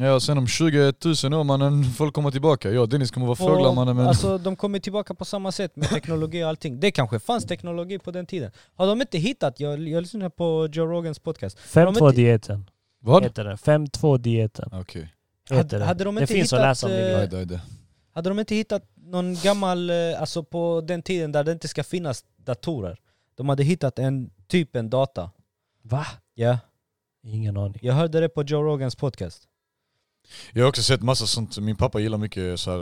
Ja och sen om 20 000 år mannen, folk kommer tillbaka. Jag och Dennis kommer vara fåglar
Och,
mannen men...
Alltså de kommer tillbaka på samma sätt med teknologi och allting. Det kanske fanns teknologi på den tiden. Har de inte hittat, jag, jag lyssnade på Joe Rogans podcast. Har de inte-
5-2-dieten
Vad?
heter den. 5-2-dieten
Okej,
heter
Hade,
den.
hade de
det
inte
finns
hittat,
att läsa om.
eh,
i-
okay. ajde, ajde.
Hade de inte hittat någon gammal, eh, alltså på den tiden där det inte ska finnas datorer. De hade hittat en typ en data.
Va?
Ja,
Ingen aning.
jag hörde det på Joe Rogans podcast.
Jag har också sett massa sånt, min pappa gillar mycket så här,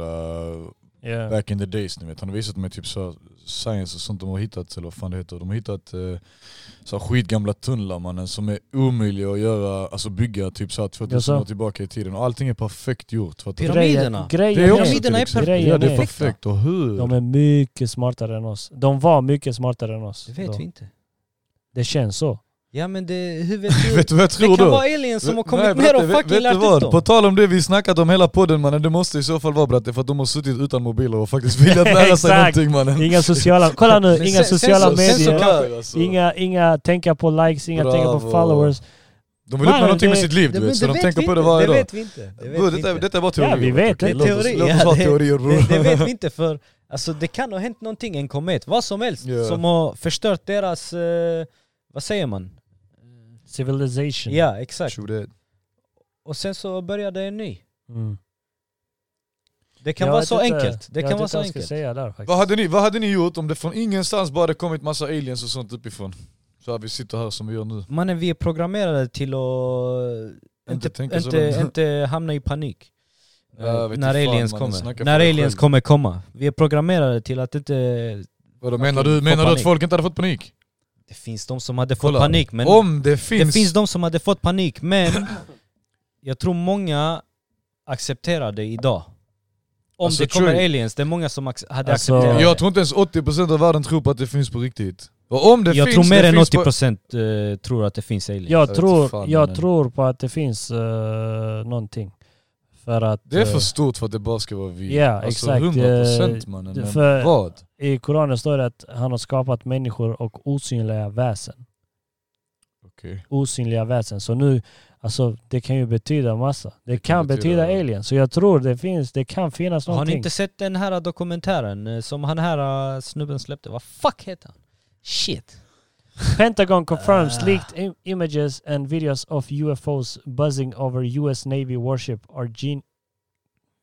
eh,
Ja.
back in the days ni vet. Han har visat mig typ så här science och sånt de har hittat, eller vad fan det heter. De har hittat eh, så här skitgamla tunnlar mannen som är omöjliga att göra, alltså bygga typ så här 2000
Jaså?
år tillbaka i tiden. Och allting är perfekt gjort. För att
Pyra- Pyramiderna.
Grejen,
det
grejen
är
är,
också
också,
till
Pyramiderna är
exempel.
perfekta.
Ja det är
Perfekta.
perfekt, och hur?
de är mycket smartare än oss. De var mycket smartare än oss.
Det vet
då.
vi inte.
Det känns så.
Ja men det, hur vet du?
Vet du vad jag
det
tror
kan
då?
vara aliens som har kommit
Nej,
ner
vet-
och
vet-
fucking
vet
lärt
du vad?
ut
På typ,
dem.
tal om det vi snackat om hela podden mannen, det måste i så fall vara bratte för att de har suttit utan mobiler och faktiskt velat lära sig
Exakt.
någonting mannen.
Inga sociala, kolla nu,
Men
inga
sen- sen
sociala
så- sen så
medier.
kan-
alltså.
Inga, inga tänka på likes, inga tänka på
Bravo.
followers.
De vill uppnå
Nej,
någonting med
det-
sitt liv du
men
vet, så de
vet
tänker
vi
på det
inte,
varje
Det
dag.
vet vi inte. Det
Bro,
vet vi
detta,
inte.
detta är bara teorier.
Ja, vi
okej?
vet det.
Låt oss,
Teori,
låt oss
ja,
ha
det-
teorier bror.
Det, det vet vi inte för alltså, det kan ha hänt någonting, en komet, vad som helst
Ja.
som har förstört deras, eh, vad säger man?
Civilization.
Ja exakt.
True that.
Och sen så började en ny.
Mm.
Det kan
Jag
vara
vet
så
inte-
enkelt. Det
jag vet
kan vara
inte
så
vad jag ska
enkelt.
Säga där, faktiskt.
Vad hade, ni, vad hade ni gjort om det från ingenstans bara hade kommit massa aliens och sånt uppifrån? Så här, vi sitter här som vi gör nu.
Mannen vi är programmerade till att
Inte
inte,
tänka
inte,
så
inte,
långt.
hamna i panik.
Ja, jag vet
när
inte fan,
aliens
mannen, snacka
kommer.
för
När
dig
aliens
själv.
kommer komma. Vi är programmerade till att inte...
Vadå, menar
Okej,
du,
få
menar du att
panik.
folk inte hade fått panik?
Det finns de som hade fått
Kolla.
panik men...
Om det finns...
Det finns de som hade fått panik men jag tror många accepterar det idag. Om
Alltså,
det kommer
tror-
aliens, det är många som ac- hade
Alltså,
accepterat
Jag
jag,
tror inte ens 80% av världen tror på att det finns på riktigt. Och om det
det. Jag
finns,
tror mer
det
än
finns
80% eh, tror att det finns aliens.
Liksom. vet
Jag,
inte
tror,
fan,
jag
men-
tror på att det finns eh, någonting. För att...
Det är för
eh,
stort för att det bara ska vara vi.
Ja,
alltså
exakt.
100% mannen.
det-
Men
för-
vad?
I Koranen står det att han har skapat människor och osynliga väsen.
Okej.
Osynliga väsen. Så nu, alltså det kan ju betyda massa. Det
kan
kan
betyda-
betyda alien. Så jag tror det finns, det kan finnas
Har ni
någonting.
inte sett den här dokumentären eh, som han här eh, snubben släppte? Vad fuck heter han? Shit.
Pentagon confirms
Ah.
leaked im- images and videos of UFOs buzzing over US Navy warship Argen-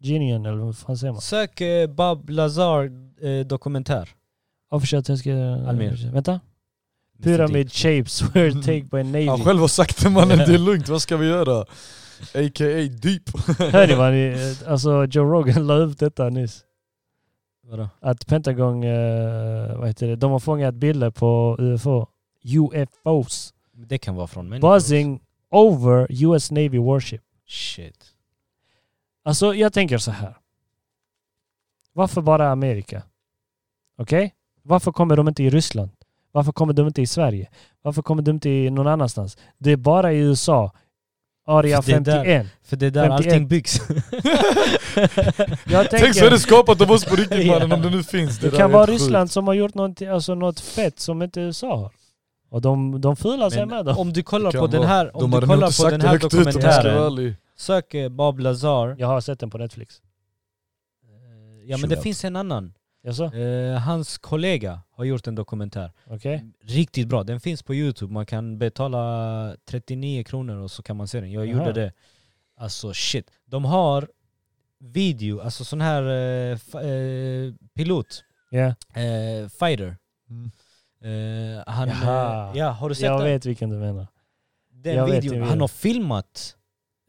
Argenian, eller vad fan säger man?
Sök eh, Bob Lazar eh, dokumentär.
Officiellt svenska...
Almer.
Vänta. Pyramid shapes were take by
Han
Navy.
själv har sagt det mannen, det är lugnt, vad ska vi göra? A.k.a. deep.
Hör ni vad ni... Alltså Joe Rogan la upp detta nyss.
Vadå?
Att Pentagon, eh, vad heter det, de har fångat bilder på UFO. UFOs.
Det kan vara från människor.
Buzzing over US Navy warship.
Shit.
Alltså jag tänker så här. Varför bara Amerika? Okej? Varför kommer de inte i Ryssland? Varför kommer de inte i Sverige? Varför kommer de inte i någon annanstans? Det är bara i USA. Area
För det där-
51.
För det är där
51.
allting byggs.
Jag
Tänk så är
tänker,
det skapat av oss på riktigt
Ja.
mannen om det nu finns.
det
där
kan
är
vara
helt
Ryssland som har gjort något, alltså något fett som inte USA har. Och de, de fular sig med
Men
dem.
om du kollar
Det
på
kan
den
vara.
här,
sjukt. De
om du
hade nog inte
kollar på
sagt
den
det
här
högt ut om jag ska vara
dokumentären,
ärlig.
sök eh, Bob Lazar. Eh,
Jag har sett den på Netflix.
Ja men det
Shootout.
finns en annan.
Jaså?
Eh, hans kollega har gjort en dokumentär.
Okej?
Riktigt bra, den finns på youtube. Man kan betala 39 kronor och så kan man se den. Jag
Jaha.
gjorde det. Alltså shit. De har video, alltså sån här eh, fa- eh, pilot,
Ja.
eh, fighter.
Mm.
Eh, han,
Jaha.
eh, ja, har du sett
Jag
den?
vet vilken du menar.
den
jag vet
videon?
det, vi-
han har filmat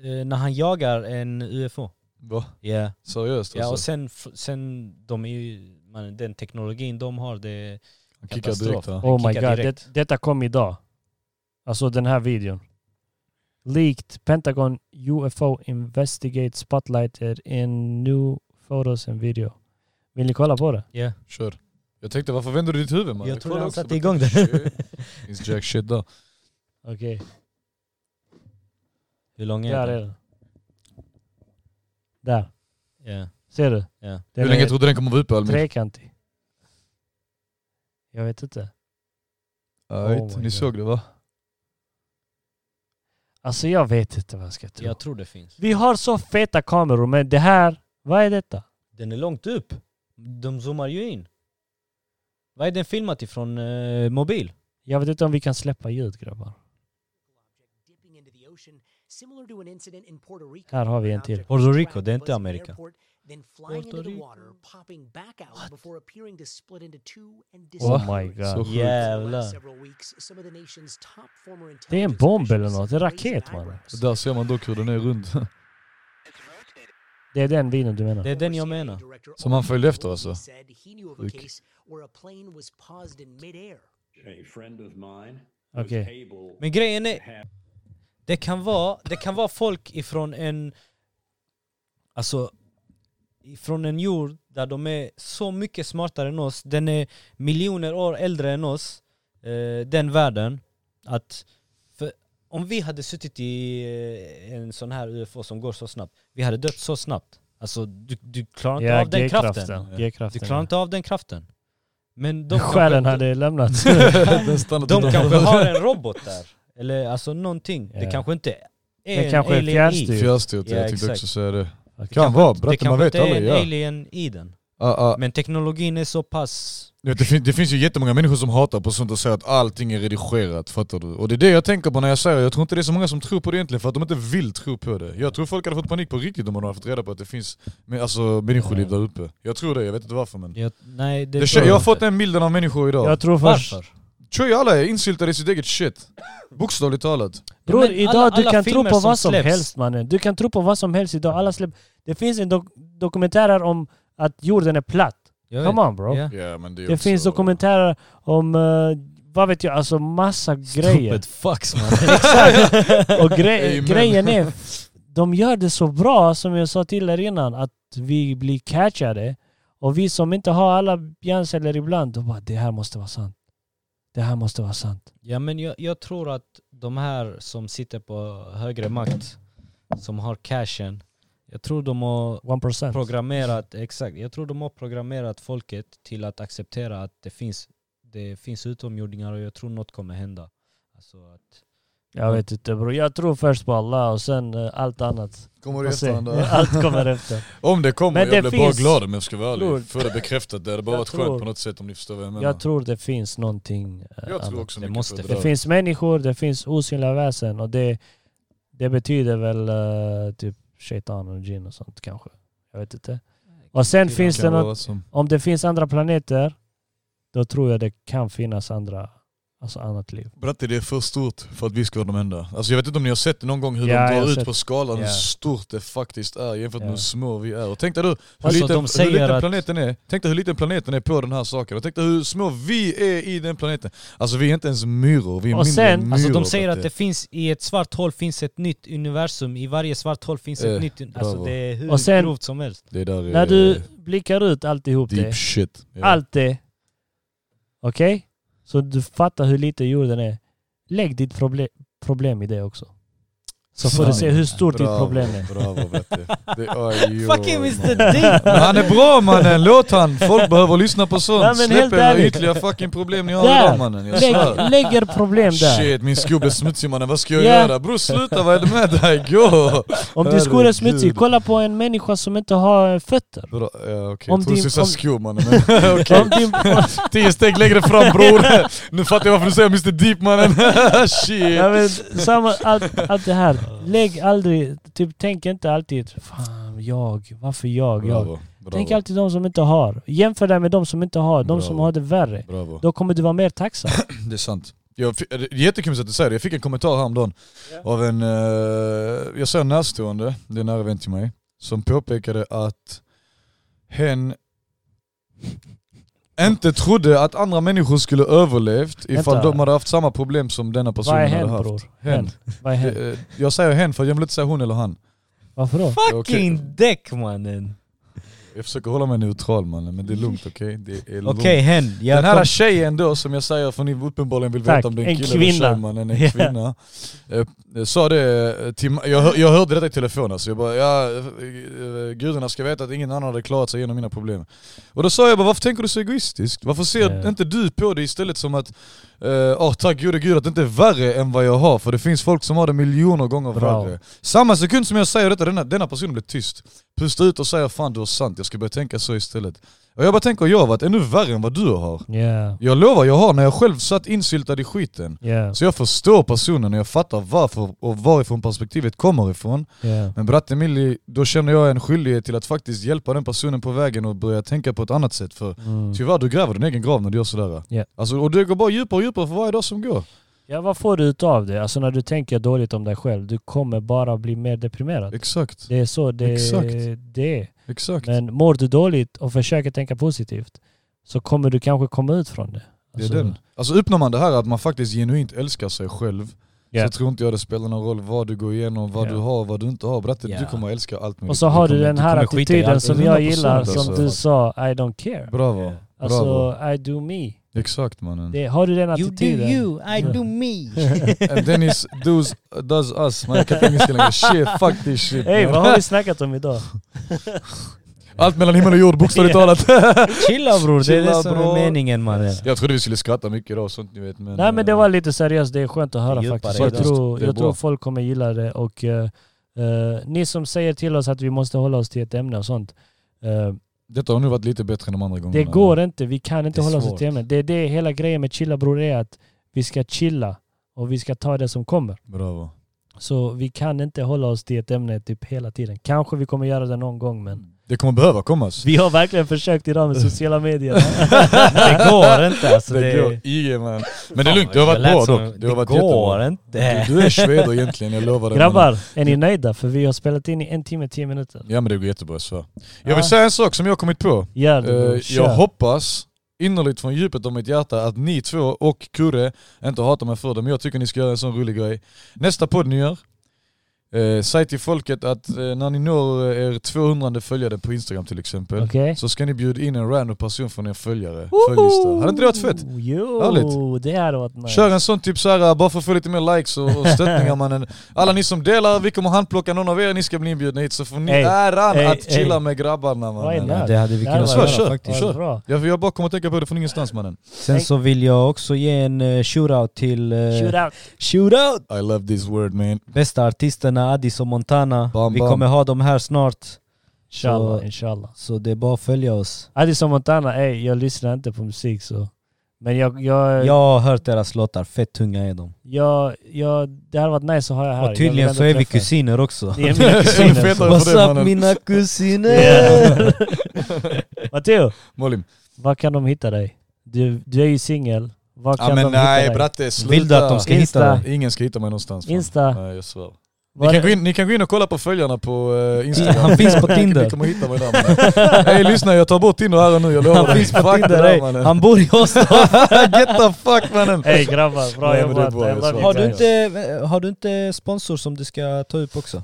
eh, när han jagar en UFO.
Va?
Yeah.
Seriöst
Ja och
alltså?
sen, f- sen de är ju, man, den teknologin de har det...
Han kickar
katastrof.
direkt här.
Den
Oh my
kickar
god,
direkt.
det, detta kom idag. Alltså den här videon. Leaked Pentagon UFO investigate spotlighted in new photos and video. Vill ni kolla på det?
Yeah.
Kör. Jag tänkte varför vänder du ditt huvud mannen?
Jag trodde
Kolla
han
också
satte
på-
igång den.
Shit. Finns jack shit där.
Okej,
Hur lång är
där är
den?
den. Där,
Ja,
ser du?
ja.
Den
Hur länge
är
tror du den kommer vara uppe Almir?
Trekantig. Jag vet inte.
Right.
Oh my
Ni
God.
såg det va?
Alltså jag vet inte vad jag ska tro.
Jag tror det finns.
Vi har så feta kameror men det här, vad är detta?
Den är långt upp. De zoomar ju in. Vad är den filmat ifrån? Eh, mobil?
Jag vet inte om vi kan släppa ljud grabbar.
dipping into the ocean, similar to an incident in Puerto Rico.
Här har vi
where
en
an
till.
object
Puerto
was
Rico,
tracked
det är inte
towards an
Amerika.
airport, Then flying
Puerto
into the
Rico.
water, popping back out before appearing to split into two and
Oh
disappear
my
in
god.
space.
Så
Over
sjukt.
the last
Jävlar.
several weeks, some of the nation's top
Det
former
är en
intelligence
bomb eller
officials
något, en
have raised
raket, man.
eyebrows.
Där ser man dock hur den är rund.
Det är den videon du menar?
Det är den jag menar.
Som han följde efter alltså?
Said he knew of a case where a plane was paused in midair.
a friend of mine was
Okej.
able
Men grejen är, det kan vara, det kan vara folk ifrån en, alltså, ifrån en jord där de är så mycket smartare än oss, den är miljoner år äldre än oss, eh, den världen, att för, om vi hade suttit i eh, en sån här UFO som går så snabbt, vi hade dött så snabbt. Alltså du, du klarar inte av den kraften. Du
G-kraften.
klarar inte av den kraften. Men de
Själen
kanske-
hade lämnat.
Den stannade
de
där.
kanske har en robot där. Eller alltså någonting.
Ja.
Det kanske inte är
Det
en
kanske är
alien
fjärrstyrt.
i.
Fjärrstyrt,
Ja,
jag tänkte
exakt.
också säga det.
Okej.
Kan vara,
Det
bratte man
kanske
vet
inte är
aldrig.
en
Ja.
alien i den.
Ah, ah.
Men teknologin är så pass...
Du vet, Det, fin- det finns ju jättemånga människor som hatar på sånt och säger att allting är redigerat, fattar du? Och det är det jag tänker på när jag säger jag tror inte det är så många som tror på det egentligen för att de inte vill tro på det. Jag tror folk hade fått panik på riktigt om de hade fått reda på att det finns men, alltså, människoliv där uppe. Jag tror det, jag vet inte varför men.
Jag, nej, det
Det,
tror
jag har
inte.
fått den bilden av människor idag.
Jag tror först...
Varför?
tror ju alla är insyltade i sitt eget shit. Bokstavligt talat.
Bror,
men alla-
idag du
alla
kan tro
filmer
på
som
vad som
släpps.
helst mannen. Du kan tro på vad som helst idag. Alla släpp... Det finns en dok- dokumentärer om att jorden är platt.
Jag
Come
vet.
on bro.
Ja.
Ja, men det är
Det
också-
finns dokumentärer om, eh, vad vet jag, alltså massa grejer.
Stupid fucks man.
Och gre-
Amen.
grejen är, de gör det så bra som jag sa till er innan, att vi blir catchade. Och vi som inte har alla hjärnceller ibland, de bara det här måste vara sant. Det här måste vara sant.
ja men jag, jag tror att de här som sitter på högre makt, som har cashen, jag tror de har
1%.
programmerat, exakt. Jag tror de har programmerat folket till att acceptera att det finns, det finns utomjordingar och jag tror något kommer hända. Alltså att,
jag vet inte bror. Jag tror först på Allah och sen eh, allt annat.
Kommer
Får se.
resten där.
Allt kommer efter.
Om det kommer,
Men
jag
det
blir bara
finns-
glad om jag ska vara
Bror.
ärlig. För det bekräftat, det hade bara
Jag
varit
tror-
skönt på något sätt om ni förstår vad jag menar.
Jag tror det finns någonting eh,
Jag tror
annat.
också
Det
mycket
måste
på det
Det
där.
finns människor, det finns osynliga väsen och det, det betyder väl eh, typ shaitan och jin och sånt kanske. Jag vet inte. Och sen
Kan
finns det
Kan
något,
vara som-
om det finns andra planeter, då tror jag det kan finnas andra, alltså annat liv.
Bratte det är för stort för att vi ska vara de enda. Alltså jag vet inte om ni har sett det någon gång hur
Ja,
de
jag har
drar ut
sett-
på skalan
ja.
hur stort det faktiskt är jämfört med
Ja.
hur små vi är. Och tänk dig du hur
Alltså, de
liten, hur
säger
liten
att-
planeten är. Tänk dig hur liten planeten är på den här saken. Och tänk dig hur små vi är i den planeten. Alltså vi är inte ens myror, vi är
Och
mindre
sen-
än myror.
Alltså de säger att
Bratte.
det finns, i ett svart hål finns ett nytt universum, i varje svart hål finns ett
Eh,
nytt universum. Alltså
bravo.
det är hur
Och sen-
grovt som helst.
det där är
När du blickar ut alltihop
deep
det,
shit. Ja.
allt det, okej? Så du fattar hur lite jorden är. Lägg ditt proble- problem i det också. Så får du se hur stort ditt
Bravo,
problem är.
Bravo Bratte. Det, oj,
Fucking
oj, man.
Mr. D!
Men han är bra mannen, låt han! Folk behöver lyssna på
Nej,
sånt.
men
Släpp
helt
era
ärligt.
ytliga fucking problem ni har
Där.
idag mannen, jag
Lägg,
svär.
lägger problem där.
Shit, min sko blev smutsig mannen, vad ska jag
Ja.
göra? Bror sluta, vad är det med dig? Gå!
Om din skor är
Herregud.
smutsig, kolla på en människa som inte har eh, fötter.
Bra, ja, okej,
Om
jag trodde
din-
du skulle
om-
säga sko mannen. men Okej,
Om din,
tio steg längre fram bror. Nu fattar jag varför du säger Mr Deep mannen. Shit!
ja, men, samma, allt, allt det här. Lägg aldrig, typ, tänk inte alltid Fan, jag, varför jag, jag.
Bravo,
Tänk
bravo,
alltid de som inte har. Jämför dig med de som inte har, de som
Bravo.
har det värre.
bravo.
Då kommer du vara mer tacksam.
Det är sant. Jag fi- det är jättekul att du säger det. Jag fick en kommentar häromdagen av en, eh, jag säger närstående, det är en nära vän till mig, som påpekade att hen inte trodde att andra människor skulle överlevt ifall
Vänta.
de hade haft samma problem som denna
Vad
personen
är
hade
hen
haft.
bror?
Hen.
Hen. Vad är hen?
Eh, eh, Jag säger hen för jag vill inte säga hon eller han.
Varför då?
Fucking däck mannen!
Jag försöker hålla mig neutral mannen, men det är lugnt okej? Det är lugnt.
Okej hen, jag
Den här
kom-
tjejen då som jag säger, för ni uppenbarligen vill
Tack,
veta om det är en
en
kille
kvinna.
eller tjej, mannen, en kvinna. Eh, Sa det eh, till ma- jag, hör- jag hörde detta i telefon alltså, jag bara ja, eh, gudarna ska veta att ingen annan hade klarat sig genom mina problem. Och då sa jag bara varför tänker du så egoistiskt? Varför ser
Ja.
inte du på det istället som att eh, åh tack gode gud att det inte är värre än vad jag har för det finns folk som har det miljoner gånger
Bra.
värre. Samma sekund som jag säger detta, denna, denna personen blir tyst. Pustar ut och säger fan du har sant, jag ska börja tänka så istället. Och jag bara tänker jag har varit ännu värre än vad du har.
Yeah.
Jag lovar, jag har när jag själv satt insyltad i skiten.
Yeah.
Så jag förstår personen och jag fattar varför och varifrån perspektivet kommer ifrån.
Yeah.
Men bratte Milli, då känner jag en skyldighet till att faktiskt hjälpa den personen på vägen och börja tänka på ett annat sätt. För
Mm.
Typ. tyvärr, du gräver din egen grav när du gör sådär.
Ja.
Alltså, och det går bara djupare och djupare för varje dag som går.
Ja, vad får du utav det? Alltså när du tänker dåligt om dig själv, du kommer bara bli mer deprimerad.
Exakt,
Det är så det,
Exakt.
det är.
exakt.
Men mår du dåligt och försöker tänka positivt så kommer du kanske komma ut från det.
det är den. Alltså uppnår man det här att man faktiskt genuint älskar sig själv,
Ja.
så tror inte jag det spelar någon roll vad du går igenom, vad
Ja.
du har, vad du inte har. Bratte,
Ja.
du kommer älska allt med
Och
ditt
så har
liv.
du den här
kommer skita i
attityden
allt.
som jag
100%
gillar, som
alltså.
du sa, I don't care.
Bravo, bravo.
Alltså, I do me.
Exakt mannen.
Det, har du den attityden?
I do me.
And Dennis does, does us. Man, jag kan inte engelska längre. Shit, fuck this shit.
Hej,
man.
vad har vi snackat om idag?
Allt mellan himmel och jord, bokstavligt talat.
Chilla bror, det är
Chilla,
det som
bror.
är meningen mannen.
jag trodde vi skulle skratta mycket idag och sånt ni vet men... eh,
Nej men det var lite seriöst, det är skönt att höra
Djupare
faktiskt.
idag.
Jag, tror,
Det är
jag
bra.
tror folk kommer gilla det och eh, eh, ni som säger till oss att vi måste hålla oss till ett ämne och sånt. eh,
Detta har nu varit lite bättre än de andra gångerna.
det går inte, vi kan inte
Det är
hålla oss
svårt.
till ämnet. Det är det hela grejen med chilla bror är att vi ska chilla och vi ska ta det som kommer.
Bravo.
Så vi kan inte hålla oss till ett ämne typ hela tiden. Kanske vi kommer göra det någon gång men
Det kommer behöva komma. alltså.
vi har verkligen försökt idag med sociala medier.
Det går inte alltså.
Det,
Det,
går IG man. Men det är lugnt, det har varit
lät
bra
som-
dock. Det
Det,
har varit
går
jättebra.
inte.
Du, du är schwede egentligen, jag lovar dig.
Grabbar, är ni nöjda? För vi har spelat in i en timme, tio minuter.
Ja men det går jättebra, jag svär. Jag
Ja.
vill säga en sak som jag har kommit på.
Gör det bror,
Eh,
kör.
jag hoppas innerligt från djupet av mitt hjärta att ni två och Kurre inte hatar mig för det, men jag tycker ni ska göra en sån rolig grej. Nästa podd ni gör, eh, säg till folket att eh, när ni når eh, er 200 följare på Instagram till exempel,
Okej.
så ska ni bjuda in en random person från er följare, följlista. Hade inte det varit fett?
Jo,
Härligt.
det hade varit nice.
Kör en sån typ såhär, bara för att få lite mer likes och, och stöttningar mannen. Alla ni som delar, vi kommer handplocka någon av er, ni ska bli inbjudna hit så får ni
Ey,
äran
ey,
att chilla
ey.
med grabbarna
Why
mannen.
not?
det hade vi
Det
kunnat
hade
göra
varit bra.
faktiskt.
Det hade
Kör.
varit bra.
Jag, jag bara kommer att tänka på det från ingenstans mannen.
Sen så vill jag också ge en eh, shoutout till... eh,
Shoot out.
shoutout!
I love this word man.
Bästa artisterna Addis och Montana.
Bam,
vi
bam.
kommer ha dem här snart.
Inshallah,
Så-
inshallah.
Så det är bara att följa oss.
Addison Montana, ey, jag lyssnar inte på musik så. Men jag, jag,
Jag har hört deras låtar, fett tunga är de.
jag, jag, det hade varit nice att ha er här.
Och tydligen så är vi kusiner också.
Det är alltså. mina
Fett
kusiner. så-
Tack för det,
What's
mannen.
up mina kusiner?
Yeah. Matteo,
Molim.
var kan de hitta dig? Du, du är ju singel. Var kan
Ja
alltså,
men
de
nej
hitta dig?
bratte sluta.
Vill du att de ska
Insta.
hitta dig?
Ingen ska hitta mig någonstans. fan.
Insta.
Nej jag svär. Ni
Var-
kan, gå in, ni kan gå in och kolla på följarna på eh, Instagram.
Han finns på
Ni
Tinder.
kommer hitta mig där mannen. Ey lyssna jag tar bort Tinder här och nu, jag lovar
Han
dig.
finns på
Fuck det
Tinder,
där,
ey.
mannen.
han bor i Åstorp.
Get the fuck mannen.
Ey grabbar, bra
Nej, men det är
jobbat.
bra,
I
jag
love
sa.
you
Har du,
guys.
inte, har du inte sponsor som du ska ta upp också?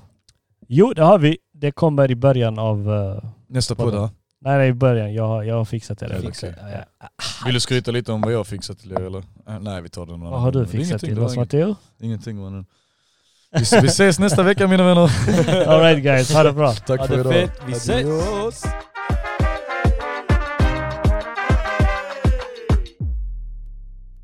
Jo, det har vi. Det kommer i början av... eh,
Nästa podd ja.
Nej, nej i början. Jag har, jag har fixat det redan.
Fixat.
Ja, ja.
Vill du skryta lite om vad jag har fixat till er eller? Eh, Nej vi tar den någon
Vad
annan
har
gång.
du
Det är
fixat
ingenting,
till
det var
oss
inget-
Matteo?
Ingenting mannen. Vi, vi ses nästa vecka mina vänner.
Alright guys, ha det bra.
Tack för idag.
Vi ses!
Adios.